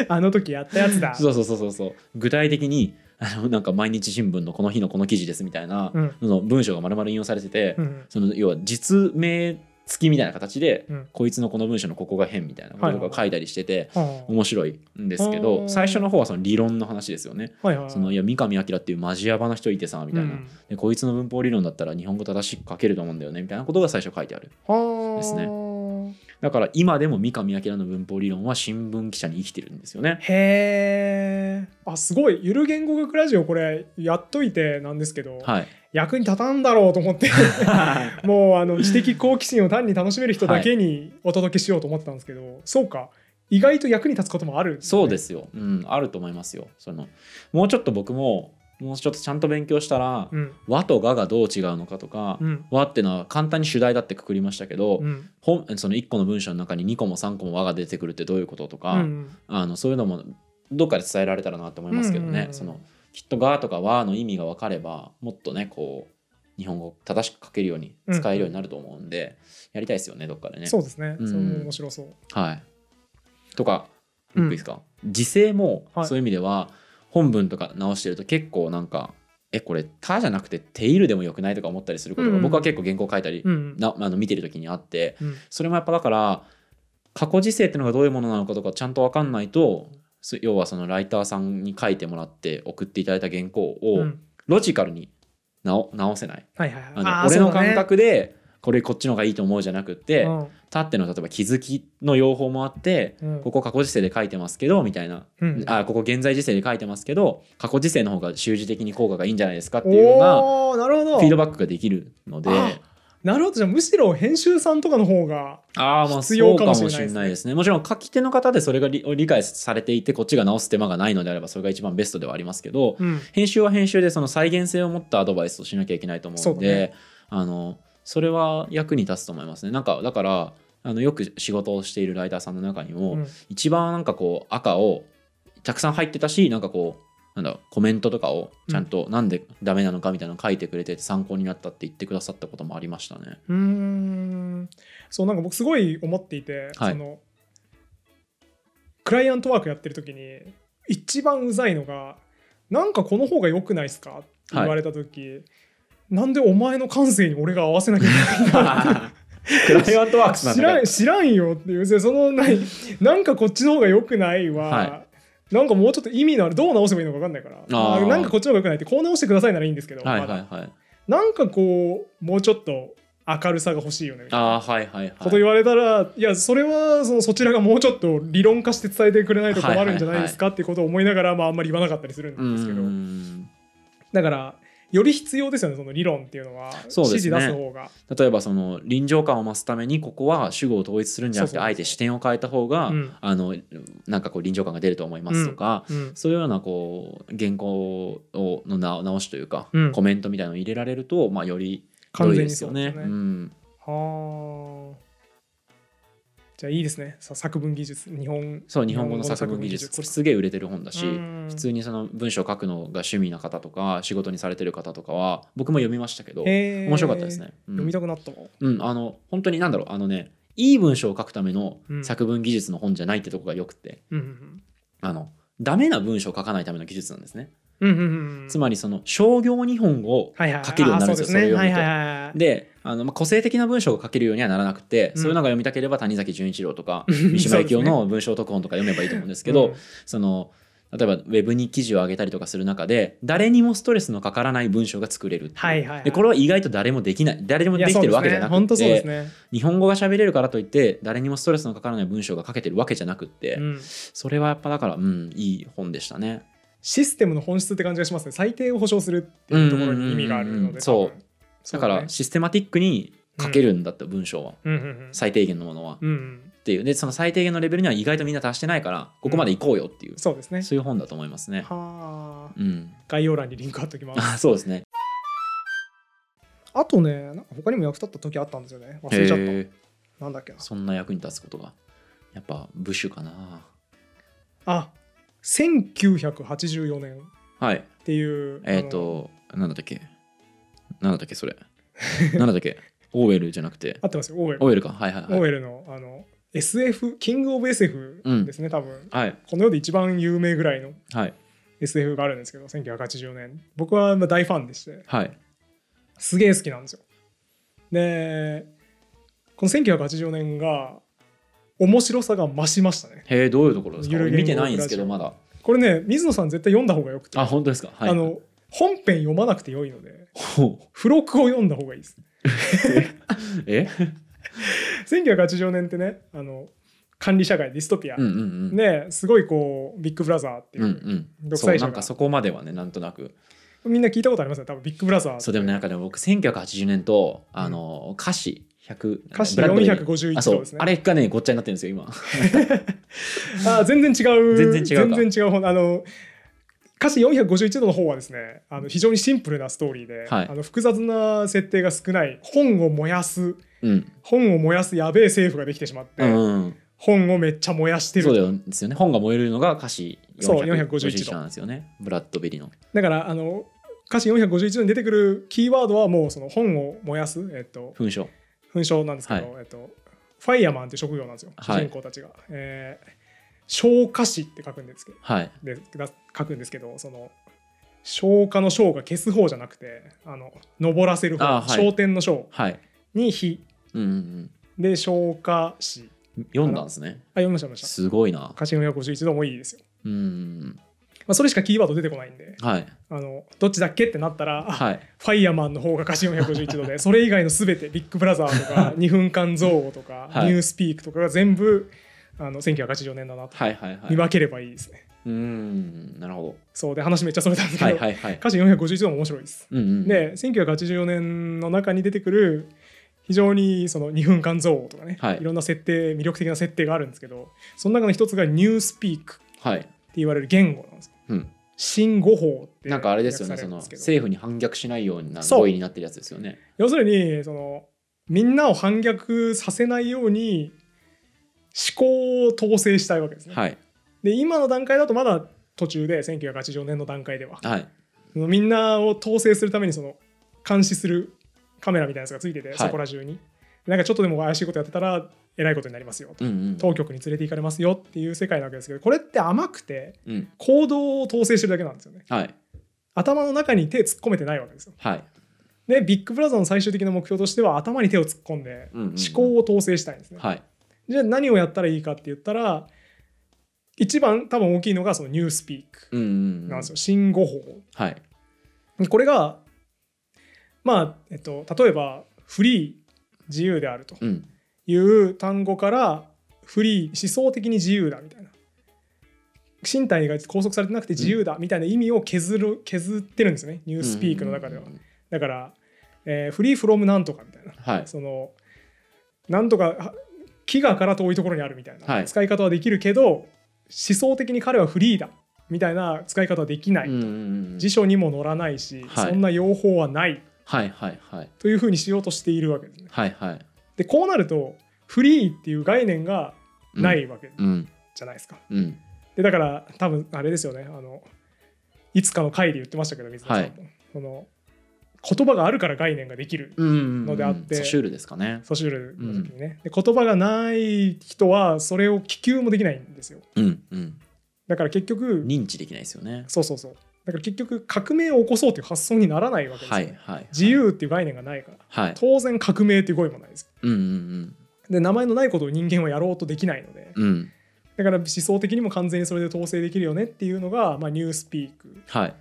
[SPEAKER 1] あの時やったやつだ。
[SPEAKER 2] そうそうそうそうそう具体的にあのなんか毎日新聞のこの日のこの記事ですみたいな、
[SPEAKER 1] うん
[SPEAKER 2] その文章が丸々引用されてて、
[SPEAKER 1] うん
[SPEAKER 2] その要は実名月みたいな形で、
[SPEAKER 1] うん
[SPEAKER 2] こいつのこの文章のここが変みたいなこととか書いたりしてて、
[SPEAKER 1] はあ
[SPEAKER 2] 面白いんですけ
[SPEAKER 1] う
[SPEAKER 2] ど
[SPEAKER 1] ん
[SPEAKER 2] 最初の方はその理論の話ですよね。
[SPEAKER 1] はいはいはい
[SPEAKER 2] そのいや三上明っていうマジヤバな人いてさみたいな、
[SPEAKER 1] うん
[SPEAKER 2] でこいつの文法理論だったら日本語正しく書けると思うんだよねみたいなことが最初書いてある
[SPEAKER 1] はあ
[SPEAKER 2] ですねだから今でも三上明の文法理論は新聞記者に生きてるんですよ
[SPEAKER 1] *laughs*
[SPEAKER 2] ね
[SPEAKER 1] へえあすごいゆる言語学ラジオこれやっといてなんですけど、
[SPEAKER 2] はい
[SPEAKER 1] 役に立たんだろうと思って
[SPEAKER 2] *laughs*
[SPEAKER 1] もうあの知的好奇心を単に楽しめる人だけにお届けしようと思ってたんですけど、そうか意外と役に立つこともあるんね
[SPEAKER 2] そうですよ、うん、あると思いますよそのもうちょっと僕ももうちょっとちゃんと勉強したら
[SPEAKER 1] うん
[SPEAKER 2] 和とががどう違うのかとか
[SPEAKER 1] うん
[SPEAKER 2] 和ってのは簡単に主題だってくくりましたけど
[SPEAKER 1] うん
[SPEAKER 2] 本その1個の文章の中に2個も3個も和が出てくるってどういうこととか、
[SPEAKER 1] うん
[SPEAKER 2] あのそういうのもどっかで伝えられたらなと思いますけどね、
[SPEAKER 1] うん
[SPEAKER 2] そのきっと「が」とか「は」の意味が分かればもっとねこう日本語正しく書けるように使えるようになると思うんで、やりたいですよねどっかでね。
[SPEAKER 1] そうですね、
[SPEAKER 2] うん
[SPEAKER 1] それも面白そう
[SPEAKER 2] はい、とか
[SPEAKER 1] うん
[SPEAKER 2] いいですか、時制も
[SPEAKER 1] はい
[SPEAKER 2] そういう意味では、本文とか直してると結構なんか「えこれ「た」じゃなくて「ている」でもよくないとか思ったりすること
[SPEAKER 1] うん
[SPEAKER 2] が、
[SPEAKER 1] うん
[SPEAKER 2] 僕は結構原稿書いたり、
[SPEAKER 1] うん
[SPEAKER 2] なあの見てる時にあって
[SPEAKER 1] うん
[SPEAKER 2] それもやっぱだから過去時制ってのがどういうものなのかとかちゃんと分かんないとそ要はそのライターさんに書いてもらって送っていただいた原稿
[SPEAKER 1] う
[SPEAKER 2] を
[SPEAKER 1] ん
[SPEAKER 2] ロジカルに直直せない
[SPEAKER 1] はいはいはい
[SPEAKER 2] あの
[SPEAKER 1] ー
[SPEAKER 2] 俺
[SPEAKER 1] そ
[SPEAKER 2] の
[SPEAKER 1] うだね
[SPEAKER 2] 感覚でこれこっちの方がいいと思うじゃなくって「た」ってのは例えば気づきの用法もあって
[SPEAKER 1] うんうん
[SPEAKER 2] ここ過去時制で書いてますけどみたいな、
[SPEAKER 1] うん
[SPEAKER 2] あここ現在時制で書いてますけど過去時制の方が習字的に効果がいいんじゃないですかっていうような
[SPEAKER 1] おーなるほど
[SPEAKER 2] フィードバックができるので。
[SPEAKER 1] あなるほどじゃあむしろ編集さんとかの方が
[SPEAKER 2] ああ、まあ、
[SPEAKER 1] 必
[SPEAKER 2] そ
[SPEAKER 1] 要
[SPEAKER 2] う
[SPEAKER 1] か
[SPEAKER 2] か
[SPEAKER 1] も
[SPEAKER 2] も
[SPEAKER 1] し
[SPEAKER 2] し
[SPEAKER 1] れないですね
[SPEAKER 2] れないですね。もちろん書き手の方でそれが理理解されていて、こっちが直す手間がないのであれば、それが一番ベストではありますけど、
[SPEAKER 1] うん
[SPEAKER 2] 編集は編集でその再現性を持ったアドバイスをしなきゃいけないと思う
[SPEAKER 1] そう
[SPEAKER 2] の
[SPEAKER 1] だ
[SPEAKER 2] で、
[SPEAKER 1] ね
[SPEAKER 2] あのそれは役に立つと思いますね。なんかだからあのよく仕事をしているライターさんの中にも、
[SPEAKER 1] うん
[SPEAKER 2] 一番なんかこう赤をたくさん入ってたしなんかこうなんだろうコメントとかをちゃんとなんでダメなのかみたいなのを書いてくれてて参考になったって言ってくださったこともありましたね。
[SPEAKER 1] うーんそうなんか僕すごい思っていて、
[SPEAKER 2] はい
[SPEAKER 1] そのクライアントワークやってる時に一番うざいのが「なんかこの方が良くないですか?」って言われた時、なんでお前の感性に俺が合わせなきゃいけないん
[SPEAKER 2] *laughs* ク
[SPEAKER 1] だ
[SPEAKER 2] ライアントワークスなん
[SPEAKER 1] 知
[SPEAKER 2] だから
[SPEAKER 1] ん知らんよっていうでその
[SPEAKER 2] *laughs*
[SPEAKER 1] ないなんかこっちの方が良くないは、
[SPEAKER 2] は
[SPEAKER 1] なんかもうちょっと意味のあるどう直せばいいのか分かんないから
[SPEAKER 2] あー
[SPEAKER 1] なんかこっちの方が良くないってこう直してくださいならいいんですけど、
[SPEAKER 2] はい
[SPEAKER 1] まだ
[SPEAKER 2] はいはい。
[SPEAKER 1] なんかこうもうちょっと明るさが欲しいよねみたいな
[SPEAKER 2] ああー、はいはい
[SPEAKER 1] こと
[SPEAKER 2] はい。
[SPEAKER 1] 言われたら、い、やそれはそのそちらがもうちょっと理論化して伝えてくれないと困るんじゃないですかっていうことを思いながら、まあ、あんまり言わなかったりする
[SPEAKER 2] うんん
[SPEAKER 1] ですけど、
[SPEAKER 2] うん
[SPEAKER 1] だからより必要ですよねその理論っていうのは
[SPEAKER 2] そうですね
[SPEAKER 1] 指示出す方が、
[SPEAKER 2] 例えばその臨場感を増すためにここは主語を統一するんじゃなくて
[SPEAKER 1] そうそうそう
[SPEAKER 2] あえて視点を変えた方が、
[SPEAKER 1] うん
[SPEAKER 2] あのなんかこう臨場感が出ると思いますとか、
[SPEAKER 1] うん
[SPEAKER 2] そういうようなこう原稿をのな直しというか、
[SPEAKER 1] うん
[SPEAKER 2] コメントみたいなのを入れられると、まあ、より
[SPEAKER 1] 完
[SPEAKER 2] 良
[SPEAKER 1] 全
[SPEAKER 2] い
[SPEAKER 1] にそう
[SPEAKER 2] で
[SPEAKER 1] ですす
[SPEAKER 2] よ
[SPEAKER 1] ね。
[SPEAKER 2] ね。うん
[SPEAKER 1] はあじゃあいいですねさ作文技術日本
[SPEAKER 2] そう日本語の作文技術これすげえ売れてる本だし
[SPEAKER 1] うん
[SPEAKER 2] 普通にその文章を書くのが趣味な方とか仕事にされてる方とかは僕も読みましたけど面
[SPEAKER 1] 面
[SPEAKER 2] 白かったですね、うん
[SPEAKER 1] 読みたくなったわ
[SPEAKER 2] うん、あの本当に何だろうあのねいい文章を書くための
[SPEAKER 1] うん
[SPEAKER 2] 作文技術の本じゃないってとこがよくて、
[SPEAKER 1] うんうん
[SPEAKER 2] あのダメな文章を書かないための技術なんですね、
[SPEAKER 1] うんうんうんうん
[SPEAKER 2] つまりその商業日本語を
[SPEAKER 1] はいはい
[SPEAKER 2] 書けるようになる
[SPEAKER 1] あ
[SPEAKER 2] んで
[SPEAKER 1] そう
[SPEAKER 2] すよそれを
[SPEAKER 1] ね
[SPEAKER 2] 読むと
[SPEAKER 1] はいはいはいはい
[SPEAKER 2] であの、まあ、個性的な文章を書けるようにはならなくて、
[SPEAKER 1] うん
[SPEAKER 2] そういうのが読みたければ谷崎潤一郎とか
[SPEAKER 1] うん
[SPEAKER 2] 三島由紀夫
[SPEAKER 1] *laughs* そう
[SPEAKER 2] の文章特本とか読めばいいと思うんですけ
[SPEAKER 1] *laughs*
[SPEAKER 2] ど、
[SPEAKER 1] うん
[SPEAKER 2] その例えばウェブに記事を上げたりとかする中で誰にもストレスのかからない文章が作れるってう
[SPEAKER 1] はいはいはい
[SPEAKER 2] でこれは意外と誰もできない誰でも
[SPEAKER 1] い
[SPEAKER 2] で
[SPEAKER 1] や
[SPEAKER 2] き
[SPEAKER 1] そうで
[SPEAKER 2] てる
[SPEAKER 1] す
[SPEAKER 2] わけじ
[SPEAKER 1] ね
[SPEAKER 2] ゃなくて
[SPEAKER 1] 本当そうですね
[SPEAKER 2] 日本語が喋れるからといって誰にもストレスのかからない文章が書けてるわけじゃなくって、
[SPEAKER 1] うん
[SPEAKER 2] それはやっぱだからうんいい本でしたね
[SPEAKER 1] システムの本質って感じがしますね最低を保証するっていうところに意味がある
[SPEAKER 2] うんう
[SPEAKER 1] の
[SPEAKER 2] んうんうん
[SPEAKER 1] で
[SPEAKER 2] そう
[SPEAKER 1] 多分
[SPEAKER 2] だ
[SPEAKER 1] そう
[SPEAKER 2] か
[SPEAKER 1] だね
[SPEAKER 2] らシステマティックに書けるんだって文章は、
[SPEAKER 1] うんうん
[SPEAKER 2] 最低限のものは、っ
[SPEAKER 1] うんうん
[SPEAKER 2] ていうでその最低限のレベルには意外とみんな達してないからここまで行こうよっていう、
[SPEAKER 1] そうですね
[SPEAKER 2] そういう本だと思いますね
[SPEAKER 1] はあ
[SPEAKER 2] うん
[SPEAKER 1] 概要欄にリンク貼っときま
[SPEAKER 2] あ
[SPEAKER 1] す
[SPEAKER 2] *laughs* そうですね
[SPEAKER 1] あとねなんか他にも役立った時あったんですよね忘れちゃっ
[SPEAKER 2] へえ
[SPEAKER 1] たなんだっけな
[SPEAKER 2] そんな役に立つことがやっぱ部首かな
[SPEAKER 1] あ1984年
[SPEAKER 2] はい
[SPEAKER 1] っていう
[SPEAKER 2] えっ、
[SPEAKER 1] あの
[SPEAKER 2] となんだったっけなんだったっけそれ *laughs* なんだったっけオーウェルじゃなくて
[SPEAKER 1] 合ってますよオーウェル
[SPEAKER 2] オーウェルかはいはい
[SPEAKER 1] オーウ
[SPEAKER 2] はい
[SPEAKER 1] ェルのあの SF キング・オブ・ SF ですね多分
[SPEAKER 2] はい
[SPEAKER 1] この世で一番有名ぐらいの
[SPEAKER 2] はい
[SPEAKER 1] SF があるんですけど1984年僕はまあ大ファンでして
[SPEAKER 2] はい
[SPEAKER 1] すげえ好きなんですよ。でこの1980年が面白さが増しましたね
[SPEAKER 2] へえどういうところですか
[SPEAKER 1] ゆる言
[SPEAKER 2] 俺
[SPEAKER 1] 語
[SPEAKER 2] 見てないんですけどまだ
[SPEAKER 1] これね水野さん絶対読んだ方がよくて
[SPEAKER 2] あ本当ですかはい
[SPEAKER 1] あの本編読まなくてよいので
[SPEAKER 2] ほう
[SPEAKER 1] 付録を読んだ方がいいです *laughs*
[SPEAKER 2] え
[SPEAKER 1] 1980年ってねあの管理社会ディストピア、
[SPEAKER 2] うんうんうん
[SPEAKER 1] ねすごいこうビッグブラザーっていう、
[SPEAKER 2] うんうん、
[SPEAKER 1] 独
[SPEAKER 2] そう
[SPEAKER 1] 裁者
[SPEAKER 2] な
[SPEAKER 1] が
[SPEAKER 2] んかそこまではねなんとなく
[SPEAKER 1] みんな聞いたことありますね多分ビッグブラザー
[SPEAKER 2] そうでもねなんかね僕1980年とあの歌詞100
[SPEAKER 1] 歌詞
[SPEAKER 2] ブラッドリー
[SPEAKER 1] 451
[SPEAKER 2] あそ
[SPEAKER 1] そう
[SPEAKER 2] う
[SPEAKER 1] ですね
[SPEAKER 2] あれがねごっちゃになってるんですよ今 *laughs*
[SPEAKER 1] あー全然違う
[SPEAKER 2] 全然違うか
[SPEAKER 1] 全然違う方あの歌詞451度の方はですねあの非常にシンプルなストーリーで、
[SPEAKER 2] はい
[SPEAKER 1] あの複雑な設定が少ない本を燃やす
[SPEAKER 2] うん、
[SPEAKER 1] 本を燃やすやべえ政府ができてしまって、
[SPEAKER 2] うん、
[SPEAKER 1] 本をめっちゃ燃やして
[SPEAKER 2] そうだ
[SPEAKER 1] る
[SPEAKER 2] よですよね本が燃えるのが歌詞
[SPEAKER 1] そう
[SPEAKER 2] 451なんですよねブラッドベリーの
[SPEAKER 1] だからあの歌詞451度に出てくるキーワードはもうその本を燃やす、えっと、
[SPEAKER 2] 噴書
[SPEAKER 1] 紛争なんですけど、えっと、ファイヤーマンっていう職業なんですよ、
[SPEAKER 2] はい
[SPEAKER 1] 主人公たちが。えー消火士って書くんですけど
[SPEAKER 2] はい
[SPEAKER 1] でだ書くんですけどその消火の消が消す方じゃなくてあの登らせる方、
[SPEAKER 2] あはい
[SPEAKER 1] 昇天の昇
[SPEAKER 2] はい
[SPEAKER 1] に火
[SPEAKER 2] うんうん
[SPEAKER 1] で消火し
[SPEAKER 2] うん読んだんですね
[SPEAKER 1] あ読みました読みました
[SPEAKER 2] すごいな
[SPEAKER 1] 歌詞451度もいいですよ、
[SPEAKER 2] うん
[SPEAKER 1] まあ、それしかキーワード出てこないんで
[SPEAKER 2] はい
[SPEAKER 1] あのどっちだっけってなったら、あ
[SPEAKER 2] はい
[SPEAKER 1] ファイヤーマンの方が歌詞451度で
[SPEAKER 2] *laughs*
[SPEAKER 1] それ以外の全てビッグブラザーとか2分間憎悪とか、
[SPEAKER 2] はい
[SPEAKER 1] ニュースピークとかが全部あの1984年だなと
[SPEAKER 2] はいはいは
[SPEAKER 1] 見
[SPEAKER 2] い
[SPEAKER 1] 分ければいいですね、
[SPEAKER 2] うんなるほ
[SPEAKER 1] そうで話めっちゃそれたんです
[SPEAKER 2] ど
[SPEAKER 1] けど、
[SPEAKER 2] はいはいはい
[SPEAKER 1] 歌詞451度も面白いです
[SPEAKER 2] うんうん
[SPEAKER 1] で1984年の中に出てくる非常にその2分間像とかね、
[SPEAKER 2] はい
[SPEAKER 1] いろんな設定魅力的な設定があるんですけどその中の一つがニュースピークって
[SPEAKER 2] はい
[SPEAKER 1] 言われる言語なんですよ。
[SPEAKER 2] うん
[SPEAKER 1] 新語法って
[SPEAKER 2] なんかあれですよね
[SPEAKER 1] 訳さ
[SPEAKER 2] そ
[SPEAKER 1] るん
[SPEAKER 2] の
[SPEAKER 1] ですけど
[SPEAKER 2] 政府に反逆しないような
[SPEAKER 1] そう
[SPEAKER 2] 語彙になってるやつですよね
[SPEAKER 1] 要するにそのみんなを反逆させないように思考を統制したいわけですね。
[SPEAKER 2] はい
[SPEAKER 1] で今の段階だとまだ途中で1984年の段階では
[SPEAKER 2] はい
[SPEAKER 1] そのみんなを統制するためにその監視するカメラみたいなやつがついてて、
[SPEAKER 2] い
[SPEAKER 1] そこら中になんかちょっとでも怪しいことやってたらえらいことになりますよと、
[SPEAKER 2] うんうん
[SPEAKER 1] 当局に連れて行かれますよっていう世界なわけですけどこれって甘くて
[SPEAKER 2] うん
[SPEAKER 1] 行動を統制してるだけなんですよね
[SPEAKER 2] はい
[SPEAKER 1] 頭の中に手突っ込めてないわけですよ
[SPEAKER 2] はい
[SPEAKER 1] でビッグブラザーの最終的な目標としては頭に手を突っ込んで
[SPEAKER 2] うんうんうん
[SPEAKER 1] 思考を統制したいんですね、
[SPEAKER 2] はい
[SPEAKER 1] じゃあ何をやったらいいかって言ったら一番多分大きいのがそのニュースピーク
[SPEAKER 2] うんうんう
[SPEAKER 1] なん
[SPEAKER 2] ん
[SPEAKER 1] ですよ新語法
[SPEAKER 2] はい
[SPEAKER 1] これがまあ、えっと、例えばフリー自由であると
[SPEAKER 2] うん
[SPEAKER 1] いう単語からフリー思想的に自由だみたいな身体が拘束されてなくて自由だみたいな意味を削る削ってるんですよねニュースピークの中では
[SPEAKER 2] うんうんうん
[SPEAKER 1] だから、えーフリーフロムなんとかみたいな
[SPEAKER 2] はい
[SPEAKER 1] そのなんとかは飢餓から遠いところにあるみたいな、
[SPEAKER 2] はい
[SPEAKER 1] 使い方はできるけど思想的に彼はフリーだみたいな使い方はできない、
[SPEAKER 2] うんうんうん
[SPEAKER 1] 辞書にも載らないし、
[SPEAKER 2] はい
[SPEAKER 1] そんな用法はない
[SPEAKER 2] はいはいはい
[SPEAKER 1] というふうにしようとしているわけですね。
[SPEAKER 2] はいはい
[SPEAKER 1] でこうなるとフリーっていう概念が
[SPEAKER 2] うん
[SPEAKER 1] ないわけ
[SPEAKER 2] うん
[SPEAKER 1] じゃないですか。
[SPEAKER 2] うん
[SPEAKER 1] でだから多分あれですよねあのいつかの回で言ってましたけど水野さんも、その言葉があるから概念ができる
[SPEAKER 2] うんうんうん
[SPEAKER 1] のであって
[SPEAKER 2] ソシュールですかね
[SPEAKER 1] ソシュールの時にね、で言葉がない人はそれを気球もできないんですよ。
[SPEAKER 2] うんうん
[SPEAKER 1] だから結局
[SPEAKER 2] 認知できないですよね
[SPEAKER 1] そうそうそうだから結局革命を起こそうという発想にならないわけですよ
[SPEAKER 2] は
[SPEAKER 1] ね、
[SPEAKER 2] いはい
[SPEAKER 1] 自由っていう概念がないから
[SPEAKER 2] はい
[SPEAKER 1] 当然革命っていう語彙もないです
[SPEAKER 2] うんうん
[SPEAKER 1] で名前のないことを人間はやろうとできないので
[SPEAKER 2] うんうん
[SPEAKER 1] だから思想的にも完全にそれで統制できるよねっていうのが、まあ、ニュースピーク
[SPEAKER 2] はい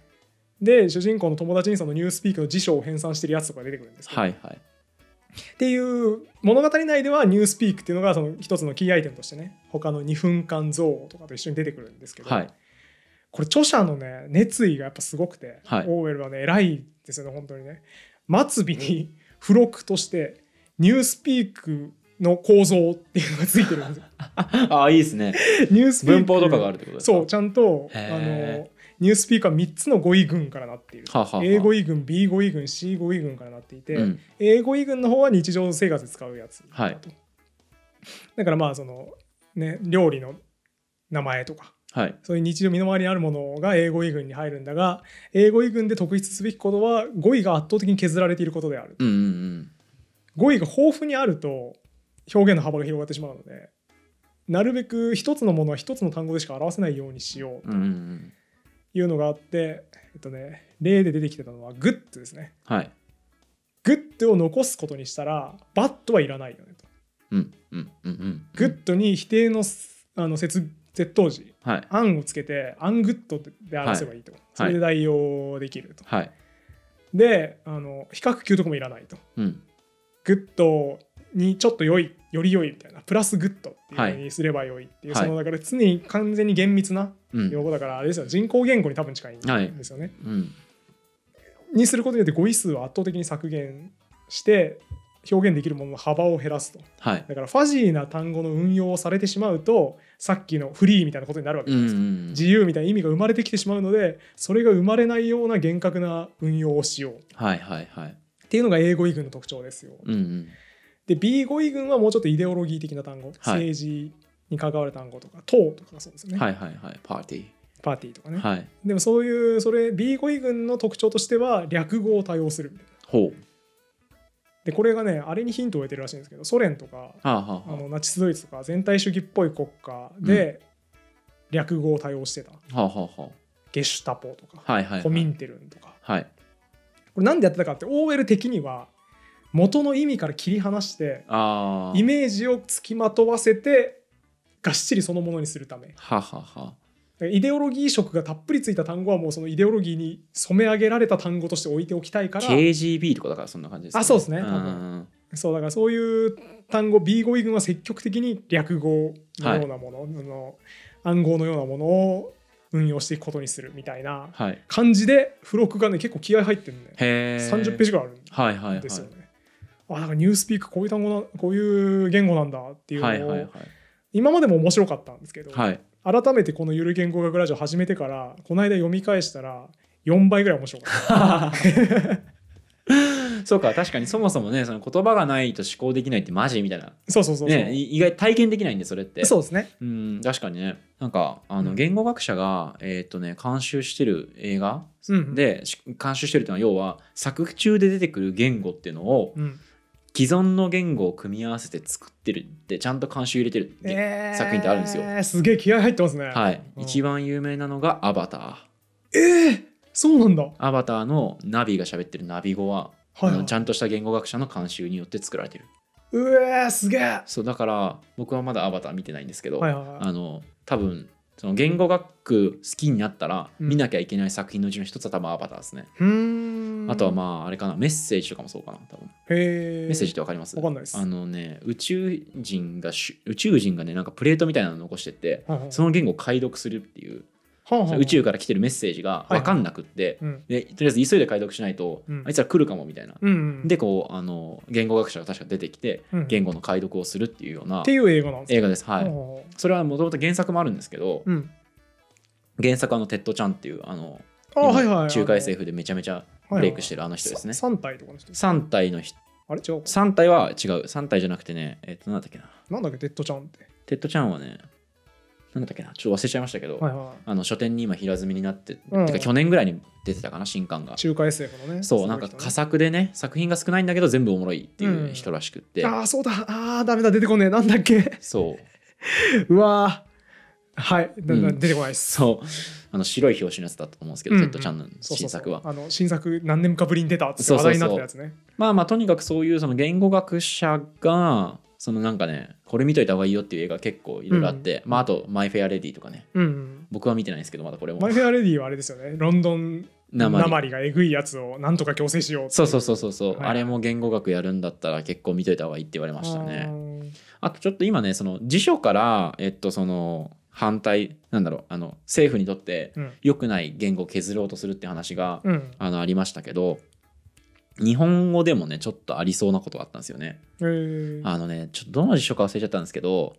[SPEAKER 1] で主人公の友達にそのニュースピークの辞書を編纂してるやつとか出てくるんですけど、
[SPEAKER 2] はいはい
[SPEAKER 1] っていう物語内ではニュースピークっていうのがその一つのキーアイテムとしてね他の2分間像とかと一緒に出てくるんですけど、
[SPEAKER 2] はい
[SPEAKER 1] これ著者のね熱意がやっぱすごくて、
[SPEAKER 2] はい
[SPEAKER 1] オーウェルはね偉いですよね本当にね末尾に *laughs* 付録としてニュースピークの構造っていうのがついてる
[SPEAKER 2] *laughs*
[SPEAKER 1] んですよ
[SPEAKER 2] ああいいですね
[SPEAKER 1] ニュースピーク
[SPEAKER 2] 文法とかがあるってことですか
[SPEAKER 1] そうちゃんとあ
[SPEAKER 2] へー
[SPEAKER 1] のニュースピークは3つの語彙群からなっている、
[SPEAKER 2] はあはあはあ
[SPEAKER 1] A 語彙群 B 語彙群 C 語彙群からなっていて、
[SPEAKER 2] うん
[SPEAKER 1] 英語以軍の方は日常生活で使うやつだと、
[SPEAKER 2] はい
[SPEAKER 1] だからまあそのね料理の名前とか
[SPEAKER 2] はい
[SPEAKER 1] そういう日常身の回りにあるものが英語以軍に入るんだが英語以軍で特筆すべきことは語彙が圧倒的に削られていることである
[SPEAKER 2] うんうんうん
[SPEAKER 1] 語彙が豊富にあると表現の幅が広がってしまうのでなるべく一つのものは一つの単語でしか表せないようにしよう
[SPEAKER 2] うんうんうん
[SPEAKER 1] というのがあってえっとね例で出てきてたのはグッドですね
[SPEAKER 2] はい
[SPEAKER 1] グッドを残すことにしたらバットはいらないよねと
[SPEAKER 2] うんうんうんうん
[SPEAKER 1] グッドに否定のあの接接頭時
[SPEAKER 2] はい
[SPEAKER 1] アンをつけてアングッドで表せばいいと、それで代用できると、
[SPEAKER 2] はい
[SPEAKER 1] であの比較級とかもいらないと
[SPEAKER 2] うん
[SPEAKER 1] グッドにちょっと良いより良いみたいなプラスグッドっていう
[SPEAKER 2] はい
[SPEAKER 1] ふうにすれば良いっていう、
[SPEAKER 2] はい
[SPEAKER 1] そのだから常に完全に厳密な
[SPEAKER 2] うん
[SPEAKER 1] 用語だからあれですよ人工言語に多分近いんですよね、
[SPEAKER 2] うん
[SPEAKER 1] にすることによって語彙数を圧倒的に削減して表現できるものの幅を減らすと
[SPEAKER 2] はい
[SPEAKER 1] だからファジーな単語の運用をされてしまうとさっきのフリーみたいなことになるわけ
[SPEAKER 2] う
[SPEAKER 1] じゃ
[SPEAKER 2] ん
[SPEAKER 1] ないで
[SPEAKER 2] うん
[SPEAKER 1] すか、
[SPEAKER 2] うん
[SPEAKER 1] 自由みたいな意味が生まれてきてしまうのでそれが生まれないような厳格な運用をしよう
[SPEAKER 2] はいはいはい
[SPEAKER 1] っていうのが英語彙群の特徴ですよ。
[SPEAKER 2] うんうん
[SPEAKER 1] で B 語彙群はもうちょっとイデオロギー的な単語、政治に関わる単語とか党とかそうですよね、
[SPEAKER 2] はいはいはいパーティ
[SPEAKER 1] パーティーとかね、
[SPEAKER 2] ーはい
[SPEAKER 1] でもそういうそれ B 語彙群の特徴としては略語を多用するみたいな
[SPEAKER 2] ほう
[SPEAKER 1] でこれがねあれにヒントを得てるらしいんですけどソ連とか
[SPEAKER 2] はあはあ
[SPEAKER 1] あ
[SPEAKER 2] は
[SPEAKER 1] のナチスドイツとか全体主義っぽい国家で略語を多用してた、
[SPEAKER 2] あはあはあは
[SPEAKER 1] ゲシュタポとか、
[SPEAKER 2] あはいはい
[SPEAKER 1] コ
[SPEAKER 2] は
[SPEAKER 1] ミ
[SPEAKER 2] い
[SPEAKER 1] ンテルンとか
[SPEAKER 2] はい
[SPEAKER 1] これなんでやってたかって OL 的には元の意味から切り離して
[SPEAKER 2] ああ
[SPEAKER 1] イメージをつきまとわせてがっしりそのものにするためだか
[SPEAKER 2] はあはあはあ
[SPEAKER 1] らイデオロギー色がたっぷりついた単語はもうそのイデオロギーに染め上げられた単語として置いておきたいから
[SPEAKER 2] KGB とかだからそんな感じですか
[SPEAKER 1] あそうですね
[SPEAKER 2] ん
[SPEAKER 1] 多分
[SPEAKER 2] うん
[SPEAKER 1] そうだからそういう単語 B 語彙群は積極的に略語のようなもの、あの暗号のようなものを運用していくことにするみたいな
[SPEAKER 2] はいへ
[SPEAKER 1] 感じで付録がね結構気合入ってるね
[SPEAKER 2] え
[SPEAKER 1] 30ページ
[SPEAKER 2] ジ
[SPEAKER 1] ぐらいあるん
[SPEAKER 2] はいはいはい
[SPEAKER 1] ですよね。あなんかニュースピークこういう単語なこういう言語なんだっていうのを、
[SPEAKER 2] はいはいはい
[SPEAKER 1] 今までも面白かったんですけど、
[SPEAKER 2] はい
[SPEAKER 1] 改めてこの「ゆる言語学ラジオ」始めてからこの間読み返したら4倍ぐらい面白かった。 *laughs*
[SPEAKER 2] そうか確かにそもそもねその言葉がないと思考できないってマジみたいな
[SPEAKER 1] *laughs* そうそうそうそう。
[SPEAKER 2] ねい意外体験できないんでそれって
[SPEAKER 1] そうですね。
[SPEAKER 2] うん確かにねなんかあ
[SPEAKER 1] う
[SPEAKER 2] の
[SPEAKER 1] ん
[SPEAKER 2] 言語学者が、えーっとね監修してる映画
[SPEAKER 1] うんうん
[SPEAKER 2] で、し監修してるっていうのは要は作中で出てくる言語っていうのを
[SPEAKER 1] うん、
[SPEAKER 2] 既存の言語を組み合わせて作ってるってちゃんと監修入れてるって、
[SPEAKER 1] えー
[SPEAKER 2] 作品ってあるんですよ。
[SPEAKER 1] すげえ気合入ってますね。
[SPEAKER 2] はい、
[SPEAKER 1] うん
[SPEAKER 2] 一番有名なのが「アバター」
[SPEAKER 1] えー、そうなんだ。は
[SPEAKER 2] アバターのナビが喋ってるナビ語は、
[SPEAKER 1] い、
[SPEAKER 2] あ
[SPEAKER 1] は
[SPEAKER 2] の
[SPEAKER 1] い
[SPEAKER 2] ち。ゃんとした言語学者の監修によって作られてる
[SPEAKER 1] うえー、すげえ。は
[SPEAKER 2] そうだから僕はまだアバター見てないんですけ
[SPEAKER 1] い
[SPEAKER 2] ど、
[SPEAKER 1] はいは
[SPEAKER 2] あの多分その言語学好きになったら
[SPEAKER 1] うん
[SPEAKER 2] 見なきゃいけない作品のうちの一つは多分アバターですね、
[SPEAKER 1] い。うーん
[SPEAKER 2] あとはまああれかなメッセージとかもそうかな多分
[SPEAKER 1] へえ。
[SPEAKER 2] メッセージってわかります
[SPEAKER 1] わかんないです
[SPEAKER 2] あのね宇宙人がし宇宙人がねなんかプレートみたいなの残してって
[SPEAKER 1] はいはい
[SPEAKER 2] その言語を解読するっていう
[SPEAKER 1] はあはあ
[SPEAKER 2] 宇宙から来てるメッセージが分かんなくって、
[SPEAKER 1] うん
[SPEAKER 2] でとりあえず急いで解読しないと、
[SPEAKER 1] うん
[SPEAKER 2] あいつら来るかもみたいな、
[SPEAKER 1] うんうん、
[SPEAKER 2] でこうあの言語学者が確か出てきて
[SPEAKER 1] うん
[SPEAKER 2] 言語の解読をするっていうような
[SPEAKER 1] っていう映画なんです
[SPEAKER 2] 映画です
[SPEAKER 1] か
[SPEAKER 2] はい、
[SPEAKER 1] はあ
[SPEAKER 2] それはもともと原作もあるんですけど、
[SPEAKER 1] うん、
[SPEAKER 2] 原作はあのテッドちゃんっていうあの
[SPEAKER 1] あ
[SPEAKER 2] 今
[SPEAKER 1] はいはい
[SPEAKER 2] 中華 SF でめちゃめちゃブレイクしてるあの人ですね、
[SPEAKER 1] 3体とかの人
[SPEAKER 2] 三3体の人
[SPEAKER 1] あれ違うか
[SPEAKER 2] 3体は違う3体じゃなくてねえっ、となんだっけな
[SPEAKER 1] なんだっけデッドちゃんって
[SPEAKER 2] テッドちゃんはねなんだっけなちょっと忘れちゃいましたけど、
[SPEAKER 1] はいは
[SPEAKER 2] あの書店に今平積みになって、
[SPEAKER 1] うん
[SPEAKER 2] てか去年ぐらいに出てたかな新刊が
[SPEAKER 1] い中華 SF のね
[SPEAKER 2] そうなんか佳作でね作品が少ないんだけど全部おもろいっていう人らしくって、
[SPEAKER 1] ああーそうだああダメだ出てこねえなんだっけ *laughs*
[SPEAKER 2] そう
[SPEAKER 1] うわーはいだだ
[SPEAKER 2] うん
[SPEAKER 1] 出てこないです
[SPEAKER 2] そうあの白い表紙のやつだと思うんですけど、
[SPEAKER 1] うん
[SPEAKER 2] テッドちゃんの
[SPEAKER 1] そうそう
[SPEAKER 2] 新
[SPEAKER 1] そう
[SPEAKER 2] 作は
[SPEAKER 1] あの新作何年かぶりに出たっつって
[SPEAKER 2] そう
[SPEAKER 1] 話
[SPEAKER 2] そう
[SPEAKER 1] 題
[SPEAKER 2] そ
[SPEAKER 1] に
[SPEAKER 2] う
[SPEAKER 1] なったやつね
[SPEAKER 2] まあまあとにかくそういうその言語学者がそのなんかねこれ見といた方がいいよっていう映画結構いろいろあって、まああと「マイ・フェア・レディ」とかね
[SPEAKER 1] うんうん
[SPEAKER 2] 僕は見てないんですけどまだこれも
[SPEAKER 1] マイフェアレディはあれですよねロンドンな
[SPEAKER 2] り
[SPEAKER 1] まりがえぐいやつをなんとか強制しようってい
[SPEAKER 2] そうそうそうそうそう、
[SPEAKER 1] はいはい
[SPEAKER 2] あれも言語学やるんだったら結構見といた方がいいって言われましたね
[SPEAKER 1] ね
[SPEAKER 2] あとちょっと今ねその辞書からえっとその反対なんだろうあの政府にとって
[SPEAKER 1] うん
[SPEAKER 2] 良くない言語を削ろうとするって話が、
[SPEAKER 1] うん
[SPEAKER 2] あのありましたけど日本語でもねちょっとありそうなことがあったんですよね。
[SPEAKER 1] えー
[SPEAKER 2] あのねちょっとどの辞書か忘れちゃったんですけど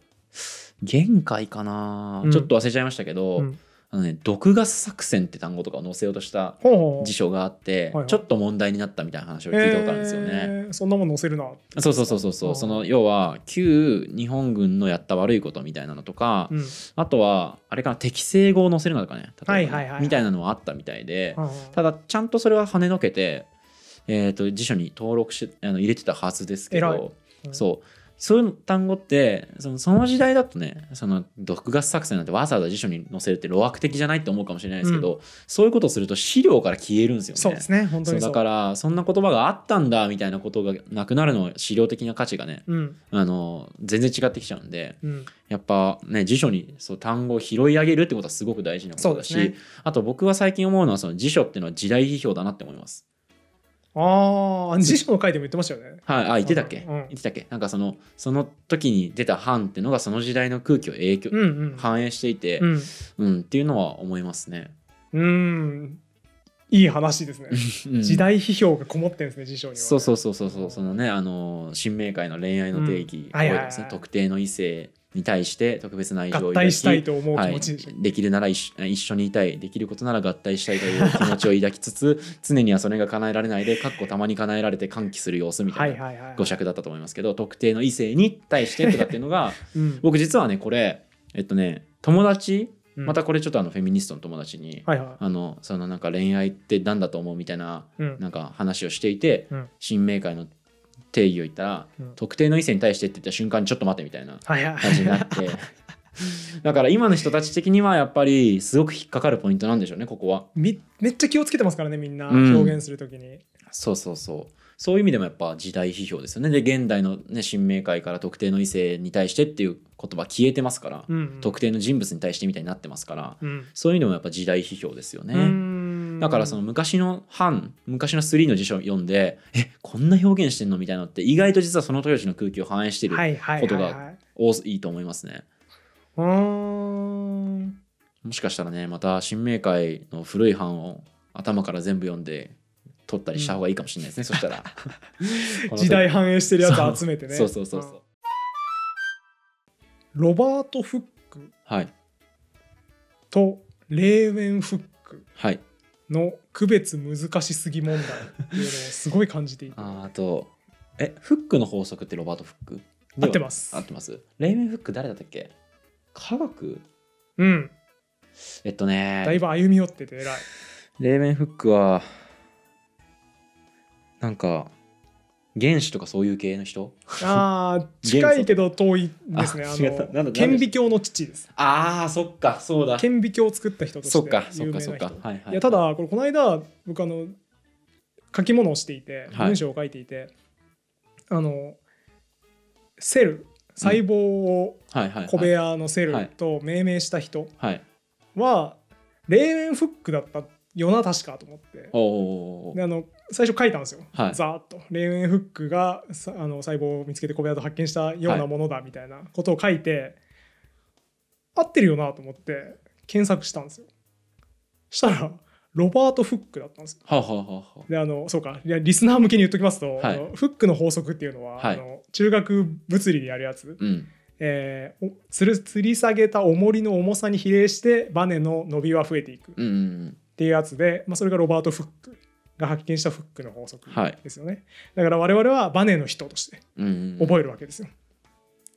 [SPEAKER 2] 限界かな、
[SPEAKER 1] うん
[SPEAKER 2] ちょっと忘れちゃいましたけど、
[SPEAKER 1] うん
[SPEAKER 2] あのね、毒ガス作戦って単語とかを載せようとした
[SPEAKER 1] ほうほう
[SPEAKER 2] 辞書があって、
[SPEAKER 1] はいはい
[SPEAKER 2] ちょっと問題になったみたいな話を聞いたことあるんですよね。
[SPEAKER 1] えーそんなもん載せるな
[SPEAKER 2] そうそうそうそうそう、
[SPEAKER 1] うん
[SPEAKER 2] その要は旧日本軍のやった悪いことみたいなのとか、
[SPEAKER 1] うん
[SPEAKER 2] あとはあれかな適正語を載せるのとかね例えばね
[SPEAKER 1] はいはいはいはい
[SPEAKER 2] みたいなのはあったみたいで、
[SPEAKER 1] はあはあ
[SPEAKER 2] ただちゃんとそれは跳ねのけて、えー、と辞書に登録してあの入れてたはずですけ
[SPEAKER 1] 偉い
[SPEAKER 2] ど、
[SPEAKER 1] うん
[SPEAKER 2] そうそういう単語ってそのその時代だとねその毒ガス作戦なんてわざわざ辞書に載せるって路悪的じゃないって思うかもしれないですけど、そういうことをすると資料から消えるんですよね。
[SPEAKER 1] そうですね本当
[SPEAKER 2] そう
[SPEAKER 1] にそう
[SPEAKER 2] だからそんな言葉があったんだみたいなことがなくなるのは資料的な価値がね
[SPEAKER 1] うん
[SPEAKER 2] あの全然違ってきちゃうんで
[SPEAKER 1] うん
[SPEAKER 2] やっぱね辞書にそう単語を拾い上げるってことはすごく大事なことだし、
[SPEAKER 1] そうですね
[SPEAKER 2] あと僕は最近思うのはその辞書っていうのは時代批評だなって思います。
[SPEAKER 1] ああ辞書の回でも言ってましたよね
[SPEAKER 2] はい、あ言ってたっけ、
[SPEAKER 1] うんうん
[SPEAKER 2] 言ってたっけなんかそのその時に出た版っていうのがその時代の空気を影響、
[SPEAKER 1] うんうん
[SPEAKER 2] 反映していて、
[SPEAKER 1] うん
[SPEAKER 2] うんっていうのは思いますね。
[SPEAKER 1] うんいい話ですね
[SPEAKER 2] うん
[SPEAKER 1] 時代批評がこもってるんですね辞書には
[SPEAKER 2] そうそうそうそうそうそのねあの新明解の恋愛の定義、
[SPEAKER 1] うんはいはいはい
[SPEAKER 2] こうですね特定の異性に対して特別な愛情を
[SPEAKER 1] 合
[SPEAKER 2] 抱
[SPEAKER 1] 体
[SPEAKER 2] き
[SPEAKER 1] したいと思う気
[SPEAKER 2] は
[SPEAKER 1] 持
[SPEAKER 2] い
[SPEAKER 1] ちでしょ、、
[SPEAKER 2] できるなら一緒一緒にいたいできることなら合体したいという気持ちを抱きつつ常にはそれが叶えられないでかっこたまに叶えられて歓喜する様子みた
[SPEAKER 1] はい
[SPEAKER 2] いな
[SPEAKER 1] はいはい
[SPEAKER 2] 語
[SPEAKER 1] ゃ、
[SPEAKER 2] 尺だったと思いますけど特定の異性に対してとかっていうのが
[SPEAKER 1] うん
[SPEAKER 2] 僕実はねこれえっとね友達
[SPEAKER 1] うん
[SPEAKER 2] またこれちょっとあのフェミニストの友達に、
[SPEAKER 1] はいは、
[SPEAKER 2] あのそのなんか恋愛って何だと思うみたいない
[SPEAKER 1] うん、
[SPEAKER 2] なんか話をしていて、
[SPEAKER 1] うん
[SPEAKER 2] 新明解の定義を言ったら、
[SPEAKER 1] うん
[SPEAKER 2] 特定の異性に対してって言った瞬間にちょっと待てみたいな
[SPEAKER 1] はいはい
[SPEAKER 2] 感じになってだから今の人たち的にはやっぱりすごく引っかかるポイントなんでしょうねここは
[SPEAKER 1] みめっちゃ気をつけてますからねみんな
[SPEAKER 2] うん
[SPEAKER 1] 表現するときに、
[SPEAKER 2] そうそうそうそういう意味でもやっぱ時代批評ですよねで現代の、ね、新明解から特定の異性に対してっていう言葉消えてますから、
[SPEAKER 1] うん
[SPEAKER 2] 特定の人物に対してみたいになってますから
[SPEAKER 1] うん
[SPEAKER 2] そういうのもやっぱ時代批評ですよね、
[SPEAKER 1] ね
[SPEAKER 2] だからその昔の版昔の3の辞書を読んでえこんな表現してんのみたいなのって意外と実はその当時の空気を反映してる、
[SPEAKER 1] はいはい
[SPEAKER 2] こと
[SPEAKER 1] はい、は
[SPEAKER 2] が
[SPEAKER 1] い、
[SPEAKER 2] 多い、いと思いますね
[SPEAKER 1] うーん
[SPEAKER 2] もしかしたらねまた新明解の古い版を頭から全部読んで取ったりした方がいいかもしれないですね、
[SPEAKER 1] *laughs*
[SPEAKER 2] そしたら
[SPEAKER 1] 時代反映してるやつ集めてね
[SPEAKER 2] そうそうそうそう、
[SPEAKER 1] んロバート・フック
[SPEAKER 2] はい
[SPEAKER 1] とレーウェン・フック
[SPEAKER 2] はい
[SPEAKER 1] の区別難しすぎ問題っていうのをすごい感じていて
[SPEAKER 2] あーあとえフックの法則ってロバート・フック
[SPEAKER 1] 合ってます
[SPEAKER 2] 合ってますレイメン・フック誰だったっけ科学
[SPEAKER 1] うん
[SPEAKER 2] えっとね
[SPEAKER 1] だいぶ歩み寄ってて偉
[SPEAKER 2] *laughs*
[SPEAKER 1] い
[SPEAKER 2] レーメンフックはなんか原子とかそういう系の人
[SPEAKER 1] あー近いけど遠いですね
[SPEAKER 2] あ
[SPEAKER 1] あ
[SPEAKER 2] *laughs* 違ったなんだ
[SPEAKER 1] の顕微鏡の父です
[SPEAKER 2] ああそっかそうだ
[SPEAKER 1] 顕微鏡を作った人として
[SPEAKER 2] そ
[SPEAKER 1] 有
[SPEAKER 2] っ
[SPEAKER 1] 名な
[SPEAKER 2] か
[SPEAKER 1] 人
[SPEAKER 2] そっかそっかはいはい
[SPEAKER 1] いやただこれこの間僕あの書き物をしていて
[SPEAKER 2] はい
[SPEAKER 1] 文章を書いていて、あのセル細胞を
[SPEAKER 2] はいはいはい
[SPEAKER 1] 小部屋のセルと命名した人
[SPEAKER 2] はい
[SPEAKER 1] はレーウェンフックだったよな確かと思って
[SPEAKER 2] おお
[SPEAKER 1] であの最初書いたんですよ、
[SPEAKER 2] はい
[SPEAKER 1] ざーっとレーウェンフックがさあの細胞を見つけて小部屋と発見したようなものだみたいなことを書いて、合ってるよなと思って検索したんですよしたらロバート・フックだったんですよ
[SPEAKER 2] はあはあはあは
[SPEAKER 1] であのそうかいやリスナー向けに言っときますと、
[SPEAKER 2] はい
[SPEAKER 1] あのフックの法則っていうのは、
[SPEAKER 2] はい
[SPEAKER 1] あの中学物理でやるやつ、
[SPEAKER 2] うん
[SPEAKER 1] えーおつる吊り下げた重りの重さに比例してバネの伸びは増えていくっ
[SPEAKER 2] うんうん
[SPEAKER 1] ていうやつで、まあ、それがロバート・フックが発見したフックの法則
[SPEAKER 2] はい
[SPEAKER 1] ですよね、だから我々はバネの人として
[SPEAKER 2] うんうん
[SPEAKER 1] 覚えるわけですよ、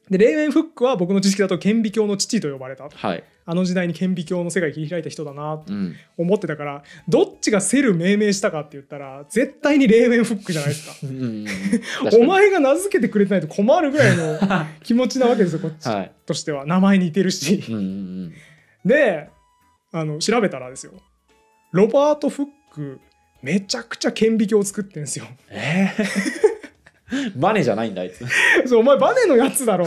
[SPEAKER 1] でレーウェン・フックは僕の知識だと顕微鏡の父と呼ばれた
[SPEAKER 2] はい
[SPEAKER 1] あの時代に顕微鏡の世界切り開いた人だなと
[SPEAKER 2] うん
[SPEAKER 1] 思ってたからどっちがセル命名したかって言ったら絶対にレーウェン・フックじゃないですか
[SPEAKER 2] うんうんうん
[SPEAKER 1] *laughs* お前が名付けてくれてないと困るぐらいの気持ちなわけですよこっち
[SPEAKER 2] はい
[SPEAKER 1] としては、名前似てるし
[SPEAKER 2] うんうん
[SPEAKER 1] であの調べたらですよロバート・フックめちゃくちゃ顕微鏡を作ってんですよ *laughs*
[SPEAKER 2] えー *laughs* バネじゃないんだあいつへ
[SPEAKER 1] そうお前バネのやつだ
[SPEAKER 2] *laughs*
[SPEAKER 1] ろ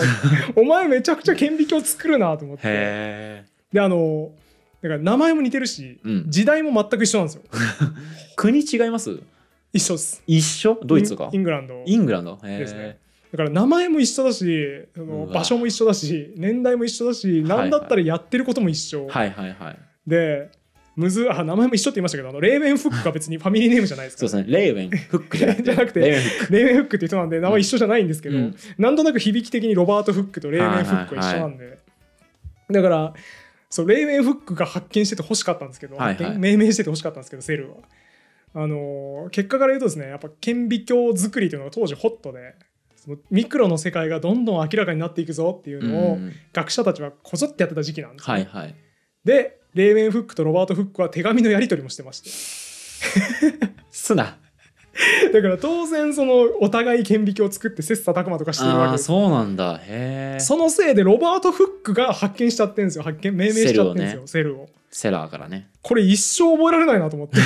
[SPEAKER 1] お前めちゃくちゃ顕微鏡作るなと思って
[SPEAKER 2] え
[SPEAKER 1] であのだから名前も似てるし、
[SPEAKER 2] うん
[SPEAKER 1] 時代も全く一緒なんですよ
[SPEAKER 2] 国違います
[SPEAKER 1] 一緒です
[SPEAKER 2] 一緒ドイツか
[SPEAKER 1] インイングランド
[SPEAKER 2] イングランドへー
[SPEAKER 1] ですねだから名前も一緒だしそうの
[SPEAKER 2] わ
[SPEAKER 1] 場所も一緒だし年代も一緒だし
[SPEAKER 2] はいは
[SPEAKER 1] 何
[SPEAKER 2] い
[SPEAKER 1] だったらやってることも一緒、
[SPEAKER 2] はいはいはい
[SPEAKER 1] で、むずあ名前も一緒って言いましたけど、あのレーベンフックは別にファミリーネームじゃないです
[SPEAKER 2] そ
[SPEAKER 1] か
[SPEAKER 2] うですねレイウェンフックじゃなく
[SPEAKER 1] *laughs*
[SPEAKER 2] て
[SPEAKER 1] じゃなくて
[SPEAKER 2] レイウェンフック
[SPEAKER 1] ら。レーベンフックって人なんで名前一緒じゃないんですけど、
[SPEAKER 2] うん
[SPEAKER 1] なんとなく響き的にロバート・フックとレーベンフックは一緒なんで、だからそうレーベンフックが発見してて欲しかったんですけど、
[SPEAKER 2] はいはい
[SPEAKER 1] 発見命名してて欲しかったんですけどセルはあのー結果から言うとですねやっぱ顕微鏡作りというのが当時ホットでそのミクロの世界がどんどん明らかになっていくぞっていうのを、
[SPEAKER 2] うん
[SPEAKER 1] 学者たちはこぞってやってた時期なんですよ、
[SPEAKER 2] はいはい
[SPEAKER 1] でレーベンフックとロバート・フックは手紙のやり取りもしてまして
[SPEAKER 2] すな
[SPEAKER 1] だから当然そのお互い顕微鏡を作って切磋琢磨とかしてるわ
[SPEAKER 2] あ
[SPEAKER 1] け
[SPEAKER 2] あ
[SPEAKER 1] です
[SPEAKER 2] そうなんだへえ
[SPEAKER 1] そのせいでロバート・フックが発見しちゃってんですよ発見命名しちゃってんですよセル,、を
[SPEAKER 2] セラーからね
[SPEAKER 1] これ一生覚えられないなと思って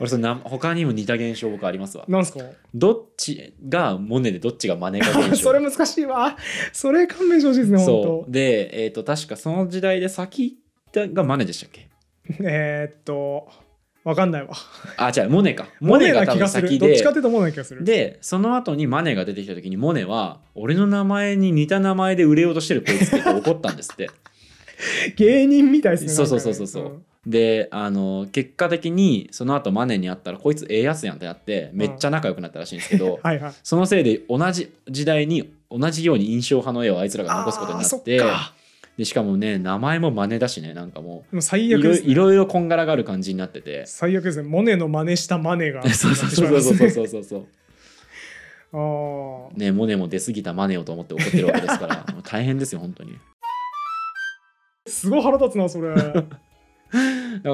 [SPEAKER 2] 俺それな他にも似た現象僕ありますわ *laughs*
[SPEAKER 1] なんすか
[SPEAKER 2] どっちがモネでどっちがマネか現象
[SPEAKER 1] *laughs* それ難しいわそれ勘弁してほしいですね
[SPEAKER 2] そ
[SPEAKER 1] 本
[SPEAKER 2] うでえっ、と確かその時代で先がマネでしたっけ
[SPEAKER 1] 当えーっとわかんないわ
[SPEAKER 2] あじゃあモネか
[SPEAKER 1] モ
[SPEAKER 2] モ
[SPEAKER 1] ネ
[SPEAKER 2] ネ
[SPEAKER 1] な
[SPEAKER 2] が多
[SPEAKER 1] 気
[SPEAKER 2] 分
[SPEAKER 1] がする
[SPEAKER 2] 先
[SPEAKER 1] どっ
[SPEAKER 2] で
[SPEAKER 1] ちかっていうとモネな気がする
[SPEAKER 2] でその後にマネが出てきた時にモネは俺の名前に似た名前で売れようとしてるこいつって言って怒ったんですって *laughs*
[SPEAKER 1] 芸人みたいですね
[SPEAKER 2] そうそう
[SPEAKER 1] なんかね
[SPEAKER 2] そうそうそうであの結果的にその後マネに会ったらこいつええやつやんってなってめっちゃ仲良くなったらしいんですけど、
[SPEAKER 1] うんはいはい
[SPEAKER 2] そのせいで同じ時代に同じように印象派の絵をあいつらが残すことになって
[SPEAKER 1] あーそっか
[SPEAKER 2] でしかもね名前も真似だしねなんかも
[SPEAKER 1] もう
[SPEAKER 2] うい
[SPEAKER 1] 最悪
[SPEAKER 2] ろ
[SPEAKER 1] ですね
[SPEAKER 2] いろいろこんがらがる感じになってて
[SPEAKER 1] 最悪ですねモネの真似したマネが
[SPEAKER 2] そうそうそう *laughs* そうそうそうそうそう
[SPEAKER 1] あー
[SPEAKER 2] ねモネも出過ぎたマネをと思って怒ってるわけですからもう大変ですよ本当に
[SPEAKER 1] すごい腹立つなそれ
[SPEAKER 2] だか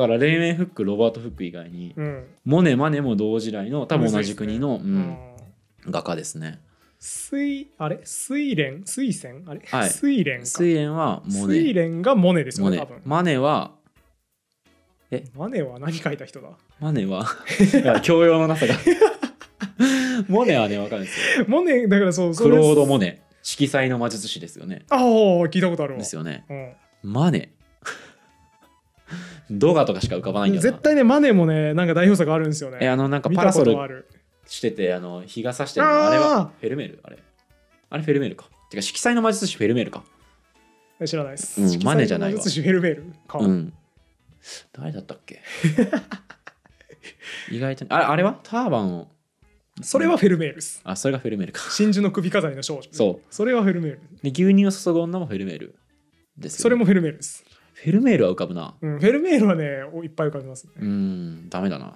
[SPEAKER 2] らレーメンフックロバート・フック以外に *laughs*
[SPEAKER 1] うん
[SPEAKER 2] モネマネも同時代の多分同じ国の、
[SPEAKER 1] う
[SPEAKER 2] うん、
[SPEAKER 1] ん
[SPEAKER 2] 画家ですね
[SPEAKER 1] 水あれ水蓮水仙あれ、
[SPEAKER 2] はい
[SPEAKER 1] 水蓮か
[SPEAKER 2] 水蓮はモ
[SPEAKER 1] 水
[SPEAKER 2] ネ
[SPEAKER 1] 蓮がモネですよ
[SPEAKER 2] モ
[SPEAKER 1] ね多
[SPEAKER 2] ネ
[SPEAKER 1] 分
[SPEAKER 2] マネは
[SPEAKER 1] マネは何書いた人だ
[SPEAKER 2] マネは *laughs* いや教養のなさが *laughs* モネはねわかるんですよ
[SPEAKER 1] モネだからそうそ
[SPEAKER 2] ク
[SPEAKER 1] れ
[SPEAKER 2] ロード・モネ色彩の魔術師ですよね
[SPEAKER 1] ああ聞いたことあるわ
[SPEAKER 2] ですよね
[SPEAKER 1] うん
[SPEAKER 2] マネ *laughs* ドガとかしか浮かばないんだよな
[SPEAKER 1] 絶対ねマネもねなんか代表作あるんですよね
[SPEAKER 2] えあのなんか
[SPEAKER 1] 見
[SPEAKER 2] パラ
[SPEAKER 1] たこ
[SPEAKER 2] ソ
[SPEAKER 1] と
[SPEAKER 2] ル
[SPEAKER 1] はある
[SPEAKER 2] しててあの日が差してるの
[SPEAKER 1] あー
[SPEAKER 2] あれはフェルメールあれあれフェルメールかてか色彩の魔術師フェルメールか
[SPEAKER 1] え知らないです、
[SPEAKER 2] うん
[SPEAKER 1] 色彩
[SPEAKER 2] マネじゃないわ
[SPEAKER 1] の魔術師ヘルベルか、
[SPEAKER 2] うん誰だったっ
[SPEAKER 1] *laughs*
[SPEAKER 2] け意外とあれあれはターバンを
[SPEAKER 1] それはフェルメールです
[SPEAKER 2] あそれがフェルメールか
[SPEAKER 1] 真珠の首飾りの少女
[SPEAKER 2] そう
[SPEAKER 1] それはフェルメール
[SPEAKER 2] で牛乳を注ぐ女もフェルメールですよ、ね、
[SPEAKER 1] それもフェルメールです、
[SPEAKER 2] フェルメールは浮かぶな
[SPEAKER 1] うん、フェルメールはねおいっぱい浮かびますね、
[SPEAKER 2] うんダメ
[SPEAKER 1] *laughs*
[SPEAKER 2] だな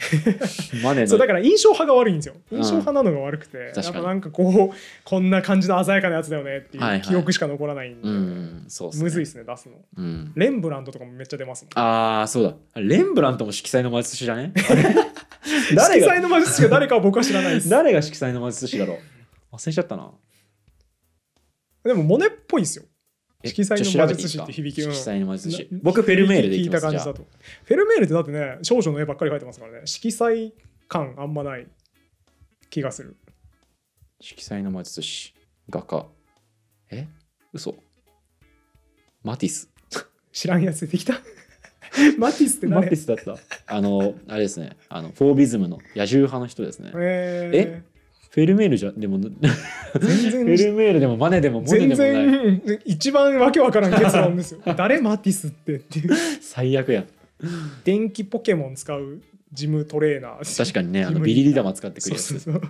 [SPEAKER 2] マネ
[SPEAKER 1] そうだ
[SPEAKER 2] の
[SPEAKER 1] から印象派が悪いんですよ
[SPEAKER 2] うん
[SPEAKER 1] 印象派なのが悪くて、
[SPEAKER 2] 確かに
[SPEAKER 1] やっぱなんかこうこんな感じの鮮やかなやつだよねって
[SPEAKER 2] は
[SPEAKER 1] いう
[SPEAKER 2] いはい
[SPEAKER 1] 記憶しか残らないんで、
[SPEAKER 2] うんそうっすね
[SPEAKER 1] むずいですね出すの
[SPEAKER 2] うん
[SPEAKER 1] レンブラントとかもめっちゃ出ますもん
[SPEAKER 2] ああそうだレンブラントも色彩の魔術師じ
[SPEAKER 1] *laughs*
[SPEAKER 2] ゃね *laughs* 誰
[SPEAKER 1] 色
[SPEAKER 2] が
[SPEAKER 1] 彩の魔術師が誰かは僕は知らないです
[SPEAKER 2] 誰が色彩の魔術師だろう忘れちゃったな
[SPEAKER 1] でもモネっぽいんですよ
[SPEAKER 2] え
[SPEAKER 1] 色彩の
[SPEAKER 2] ちょっと
[SPEAKER 1] 魔
[SPEAKER 2] 調べい
[SPEAKER 1] 術
[SPEAKER 2] い
[SPEAKER 1] 師
[SPEAKER 2] か
[SPEAKER 1] って響きうん
[SPEAKER 2] 色彩の魔術師
[SPEAKER 1] な
[SPEAKER 2] 僕フェルメールでい
[SPEAKER 1] 聞
[SPEAKER 2] き
[SPEAKER 1] い
[SPEAKER 2] ま
[SPEAKER 1] た
[SPEAKER 2] す
[SPEAKER 1] 感
[SPEAKER 2] じゃ
[SPEAKER 1] じ
[SPEAKER 2] あ
[SPEAKER 1] だとフェルメールってだってね少女の絵ばっかり描いてますからね色彩感あんまない気がする
[SPEAKER 2] 色彩の魔術師画家え嘘マティス
[SPEAKER 1] 知らんやつ出てきた *laughs* マティスって
[SPEAKER 2] マ
[SPEAKER 1] 誰
[SPEAKER 2] ティスだったあのあれですねあのフォービズムの野獣派の人ですね
[SPEAKER 1] え
[SPEAKER 2] フェルメールじゃ
[SPEAKER 1] *laughs*
[SPEAKER 2] でもフ
[SPEAKER 1] ー全
[SPEAKER 2] ェ
[SPEAKER 1] 然
[SPEAKER 2] ルメールでもマネでもモネ
[SPEAKER 1] 全
[SPEAKER 2] でもない
[SPEAKER 1] 然一番わけわからん結論
[SPEAKER 2] *laughs*
[SPEAKER 1] ですよ誰マティスってっていう
[SPEAKER 2] 最悪やん
[SPEAKER 1] 電気ポケモン使うジムトレーナー
[SPEAKER 2] 確
[SPEAKER 1] か
[SPEAKER 2] かにねあ
[SPEAKER 1] *laughs*
[SPEAKER 2] の
[SPEAKER 1] 煙
[SPEAKER 2] ビリリ玉使ってくるや
[SPEAKER 1] そう
[SPEAKER 2] つ
[SPEAKER 1] そうそう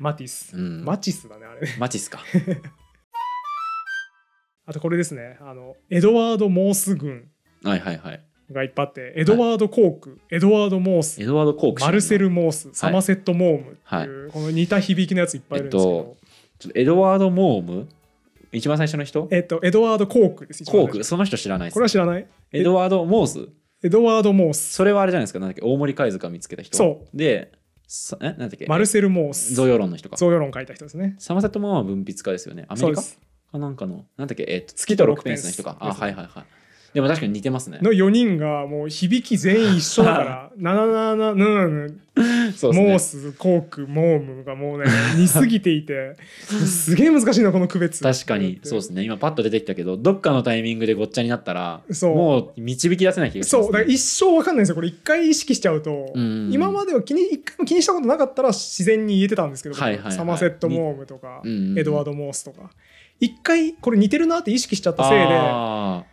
[SPEAKER 1] マティス、
[SPEAKER 2] うん
[SPEAKER 1] マチスだねあれね
[SPEAKER 2] マティスか
[SPEAKER 1] あとこれですねあのエドワード・モース軍
[SPEAKER 2] はいはいはい
[SPEAKER 1] がいっぱいあってエドワード・コーク、エドワード・モース
[SPEAKER 2] エドワード・コーク氏
[SPEAKER 1] マルセル・モース、サマセット・モームって
[SPEAKER 2] はい
[SPEAKER 1] いう、この似た響きのやついっぱいいるんですけど、
[SPEAKER 2] ちょっとエドワード・モーム一番最初の人
[SPEAKER 1] えっと、エドワード・コークです。一番最
[SPEAKER 2] コ
[SPEAKER 1] 初
[SPEAKER 2] ークその人知らないです
[SPEAKER 1] これは知らない
[SPEAKER 2] エドワード・モーズ
[SPEAKER 1] エドワード・モース、
[SPEAKER 2] それはあれじゃないですかなんだっけ大森貝塚見つけた人
[SPEAKER 1] そう
[SPEAKER 2] でさえなんだっけ
[SPEAKER 1] マルセル・モース、
[SPEAKER 2] ゾヨロンの人か
[SPEAKER 1] ゾヨロン書いた人ですね。
[SPEAKER 2] サマセット・モームは文筆家ですよねアメ
[SPEAKER 1] そうで
[SPEAKER 2] リカ
[SPEAKER 1] す。
[SPEAKER 2] かなんかのなんだっけえっと月と6ペンスの人かあ
[SPEAKER 1] です
[SPEAKER 2] はいはいはいでも確かに似てますね
[SPEAKER 1] の4人がもう響き全員一緒だから、ナナナナナナナ
[SPEAKER 2] そうですね
[SPEAKER 1] モース、コーク、モームがもうね、似すぎていて、すげえ難しいな、この区別。
[SPEAKER 2] 確かにそうですね今パッと出てきたけどどっかのタイミングでごっちゃになったら
[SPEAKER 1] そう
[SPEAKER 2] もう導き出せない気がします、
[SPEAKER 1] そうだから一生わかんないんですよこれ一回意識しちゃうと、
[SPEAKER 2] うん
[SPEAKER 1] 今までは気に一回も気にしたことなかったら自然に言えてたんですけど、
[SPEAKER 2] はいはいはい
[SPEAKER 1] サマセット・モームとか、
[SPEAKER 2] うんうん
[SPEAKER 1] エドワード・モースとか一回これ似てるなって意識しちゃったせいで
[SPEAKER 2] あ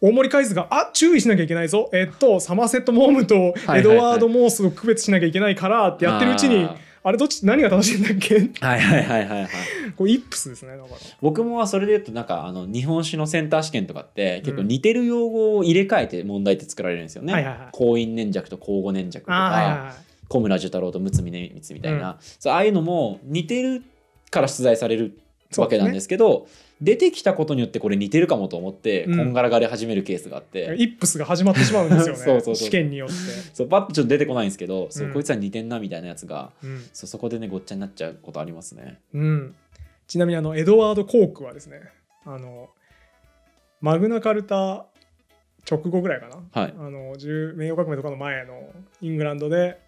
[SPEAKER 1] 大森海津が「あ注意しなきゃいけないぞ」えっとサマセット・モームと
[SPEAKER 2] はいはい
[SPEAKER 1] エドワード・モースを区別しなきゃいけないからってやってるうちに、
[SPEAKER 2] あ
[SPEAKER 1] あれどっち何が正しいんだっけ *laughs*
[SPEAKER 2] ーはいはいはいはいはい
[SPEAKER 1] こうイップスですねだから。
[SPEAKER 2] 僕もそれで言うとなんかあの日本史のセンター試験とかって結構
[SPEAKER 1] うん
[SPEAKER 2] 似てる用語を入れ替えて問題って作られるんですよね。
[SPEAKER 1] はいはいはい
[SPEAKER 2] 後院粘着と口語粘着と
[SPEAKER 1] あーはいはい
[SPEAKER 2] か
[SPEAKER 1] はい
[SPEAKER 2] 小村寿太郎と陸奥峰光みたいな、そうああいうのも似てるから出題される
[SPEAKER 1] そう
[SPEAKER 2] わ
[SPEAKER 1] で
[SPEAKER 2] け
[SPEAKER 1] すね
[SPEAKER 2] なんですけど出てきたことによってこれ似てるかもと思ってこ
[SPEAKER 1] うん
[SPEAKER 2] んがらがれ始めるケースがあって、
[SPEAKER 1] イップスが始まってしまうんですよね
[SPEAKER 2] *laughs* そうそうそう
[SPEAKER 1] 試験によって、
[SPEAKER 2] そうバッとちょっと出てこないんですけど、そう
[SPEAKER 1] うん
[SPEAKER 2] こいつは似てんなみたいなやつが
[SPEAKER 1] うん
[SPEAKER 2] そうそこでねごっちゃになっちゃうことありますね。
[SPEAKER 1] うん、ちなみにあのエドワード・コークはですねあのマグナ・カルタ直後ぐらいかな、
[SPEAKER 2] はい
[SPEAKER 1] あの10名誉革命とかの前のイングランドで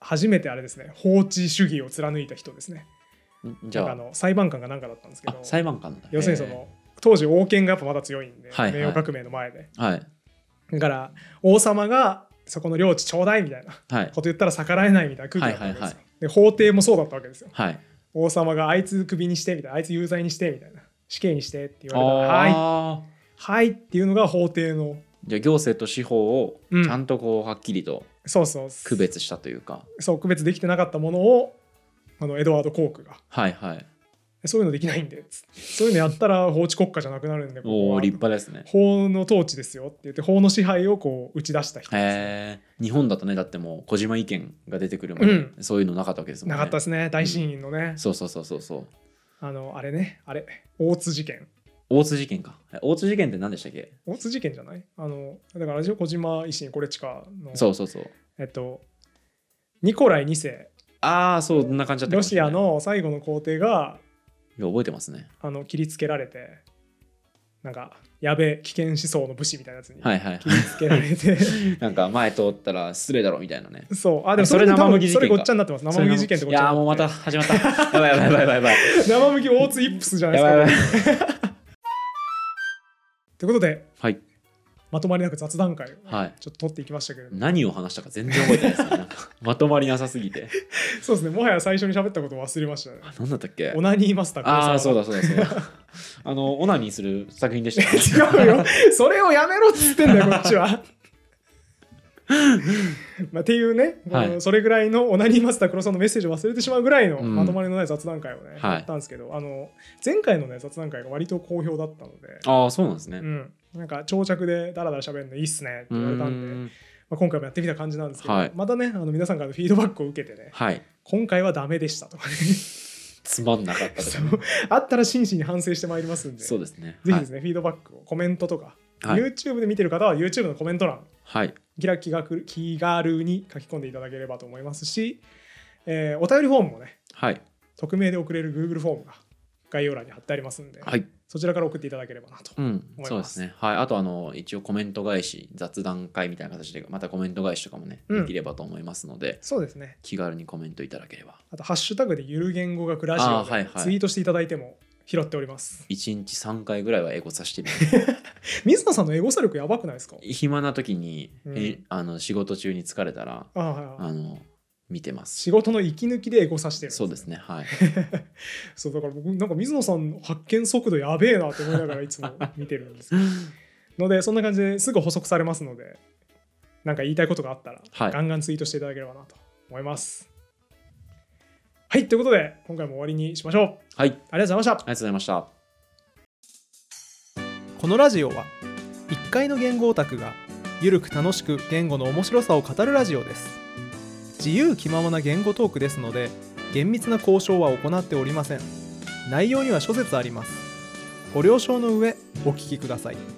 [SPEAKER 1] 初めてあれですね法治主義を貫いた人ですね
[SPEAKER 2] んじゃ
[SPEAKER 1] なん
[SPEAKER 2] あ
[SPEAKER 1] かあの裁判官がなんかだったんですけ
[SPEAKER 2] あ
[SPEAKER 1] ど
[SPEAKER 2] 裁判官だ
[SPEAKER 1] 要するにその当時王権がやっぱまだ強いんで、
[SPEAKER 2] はいはい
[SPEAKER 1] 名誉革命の前で
[SPEAKER 2] えーはい
[SPEAKER 1] だから王様がそこの領地ちょうだいみたいな
[SPEAKER 2] はい
[SPEAKER 1] こと言ったら逆らえないみたいな空気だったわけですよ、
[SPEAKER 2] はいは
[SPEAKER 1] で法廷もそうだったわけですよ
[SPEAKER 2] はい
[SPEAKER 1] 王様があいつクビにしてみたいなあいつ有罪にしてみたいな死刑にしてって言
[SPEAKER 2] あ
[SPEAKER 1] われたらはい
[SPEAKER 2] あー
[SPEAKER 1] はいっていうのが法廷の
[SPEAKER 2] じゃあ行政と司法を
[SPEAKER 1] うん
[SPEAKER 2] ちゃんとこうはっきりと
[SPEAKER 1] そうそう
[SPEAKER 2] 区別したというか、
[SPEAKER 1] そう区別できてなかったものをあのエドワード・コークが
[SPEAKER 2] はいはい
[SPEAKER 1] そういうのできないんでつってそういうのやったら法治国家じゃなくなるんでここ
[SPEAKER 2] おお
[SPEAKER 1] は
[SPEAKER 2] 立派ですね。
[SPEAKER 1] 法の統治ですよって言って法の支配をこう打ち出した人ですね
[SPEAKER 2] へえ日本だとねだってもう小島意見が出てくるまで、
[SPEAKER 1] う
[SPEAKER 2] そういうのなかったわけですもん
[SPEAKER 1] な
[SPEAKER 2] ね。
[SPEAKER 1] かったですね大審院のね、
[SPEAKER 2] そうそうそうそうそう
[SPEAKER 1] あのあれねあれ大津事件
[SPEAKER 2] 大津事件かえ大津事件って何でしたっけ
[SPEAKER 1] 大津事件じゃないあのだからあれでしょ小島維新これちかの
[SPEAKER 2] そうそうそう
[SPEAKER 1] えっとニコライ2世
[SPEAKER 2] ああそうこんな感じだったか
[SPEAKER 1] ロ
[SPEAKER 2] もし
[SPEAKER 1] シ
[SPEAKER 2] れ
[SPEAKER 1] ア
[SPEAKER 2] ない
[SPEAKER 1] の最後の皇帝が
[SPEAKER 2] いや覚えてますね
[SPEAKER 1] あの切りつけられてなんかやべえ危険思想の武士みたいなやつに
[SPEAKER 2] はいはい
[SPEAKER 1] 切りつけられ
[SPEAKER 2] *laughs*
[SPEAKER 1] て、
[SPEAKER 2] なんか前通ったら失礼だろみたいなね
[SPEAKER 1] そうあでもそ
[SPEAKER 2] それ
[SPEAKER 1] れ
[SPEAKER 2] 生
[SPEAKER 1] 生
[SPEAKER 2] 麦
[SPEAKER 1] 麦
[SPEAKER 2] 事件
[SPEAKER 1] それ
[SPEAKER 2] か
[SPEAKER 1] ごっちゃになってます生麦事件って
[SPEAKER 2] い
[SPEAKER 1] ごっちゃになって
[SPEAKER 2] やーもうまた
[SPEAKER 1] *laughs*
[SPEAKER 2] 始まったやばいやばいやばいやばいやばい
[SPEAKER 1] 生麦大津イップスじゃない
[SPEAKER 2] や
[SPEAKER 1] です
[SPEAKER 2] ば
[SPEAKER 1] か
[SPEAKER 2] いやばい
[SPEAKER 1] ということで
[SPEAKER 2] はい
[SPEAKER 1] まとまりなく雑談会を
[SPEAKER 2] はい
[SPEAKER 1] ちょっと取っていきましたけれども、
[SPEAKER 2] 何を話したか全然覚えてないですねなんか *laughs* まとまりなさすぎて
[SPEAKER 1] そうですねもはや最初に喋ったことを忘れましたね
[SPEAKER 2] あ何だったっけ
[SPEAKER 1] オナニーマスター黒沢
[SPEAKER 2] ああそうだそうだそうだあのオナニーする作品でした
[SPEAKER 1] *laughs*
[SPEAKER 2] ね
[SPEAKER 1] 違うよそれをやめろっつってん
[SPEAKER 2] *laughs*
[SPEAKER 1] だよこっちは。まあ、っていうね、この
[SPEAKER 2] はい
[SPEAKER 1] それぐらいのオナニーマスター黒さんのメッセージを忘れてしまうぐらいの
[SPEAKER 2] うん
[SPEAKER 1] まとまりのない雑談会をね、
[SPEAKER 2] はい
[SPEAKER 1] やったんですけどあの前回のね雑談会が割と好評だったので、
[SPEAKER 2] ああそうなんです
[SPEAKER 1] う
[SPEAKER 2] ね
[SPEAKER 1] ん、なんか長尺でダラダラ喋るのいいっすねって
[SPEAKER 2] う
[SPEAKER 1] 言われたんで、
[SPEAKER 2] ーん
[SPEAKER 1] まあ、今回もやってみた感じなんですけど、
[SPEAKER 2] はい
[SPEAKER 1] またねあの皆さんからのフィードバックを受けてね
[SPEAKER 2] はい
[SPEAKER 1] 今回はダメでしたとかね
[SPEAKER 2] つまんなかったと
[SPEAKER 1] そ
[SPEAKER 2] か
[SPEAKER 1] う
[SPEAKER 2] ね
[SPEAKER 1] あったら真摯に反省してまいりますんで
[SPEAKER 2] そうですね
[SPEAKER 1] ぜひですね、フィードバックをコメントとか、
[SPEAKER 2] はい
[SPEAKER 1] YouTube で見てる方は YouTube のコメント欄
[SPEAKER 2] はい
[SPEAKER 1] 気楽気楽気軽に書き込んでいただければと思いますし、えーお便りフォームもね
[SPEAKER 2] はい
[SPEAKER 1] 匿名で送れる Google フォームが概要欄に貼ってありますんで、
[SPEAKER 2] はい
[SPEAKER 1] そちらから送っていただければなと、
[SPEAKER 2] うん、
[SPEAKER 1] 思います
[SPEAKER 2] そうですね。はい。あと、あの、一応コメント返し、雑談会みたいな形で、またコメント返しとかもね、
[SPEAKER 1] うん
[SPEAKER 2] できればと思いますので、
[SPEAKER 1] そうですね
[SPEAKER 2] 気軽にコメントいただければ。
[SPEAKER 1] あと「ハッシュタグでゆる言語学ラジ
[SPEAKER 2] あ
[SPEAKER 1] オ」
[SPEAKER 2] ーはい
[SPEAKER 1] で
[SPEAKER 2] はい
[SPEAKER 1] ツイートしていただいても拾っております、
[SPEAKER 2] 1日3回ぐらいはエゴさしてみ
[SPEAKER 1] 水野さんのエゴサ力やばくない *laughs* ですか
[SPEAKER 2] る。暇な時に、
[SPEAKER 1] うん
[SPEAKER 2] えあの仕事中に疲れたら、
[SPEAKER 1] あーはいはい
[SPEAKER 2] あの、見てます。
[SPEAKER 1] 仕事の息抜きでエゴサしてるん
[SPEAKER 2] そうですね。はい。
[SPEAKER 1] そうだから僕なんか水野さんの発見速度やべえなって思いながらいつも見てるん
[SPEAKER 2] *laughs*
[SPEAKER 1] ですけどのでそんな感じですぐ補足されますのでなんか言いたいことがあったら、
[SPEAKER 2] はい
[SPEAKER 1] ガンガンツイートしていただければなと思いますはいということで今回も終わりにしましょう
[SPEAKER 2] はい。ありがと
[SPEAKER 1] ありがとうございまし
[SPEAKER 2] うございました。
[SPEAKER 1] たこのラジオは1階の言語オタクがゆるく楽しく言語の面白さを語るラジオです自由気ままな言語トークですので厳密な交渉は行っておりません内容には諸説ありますご了承の上お聞きください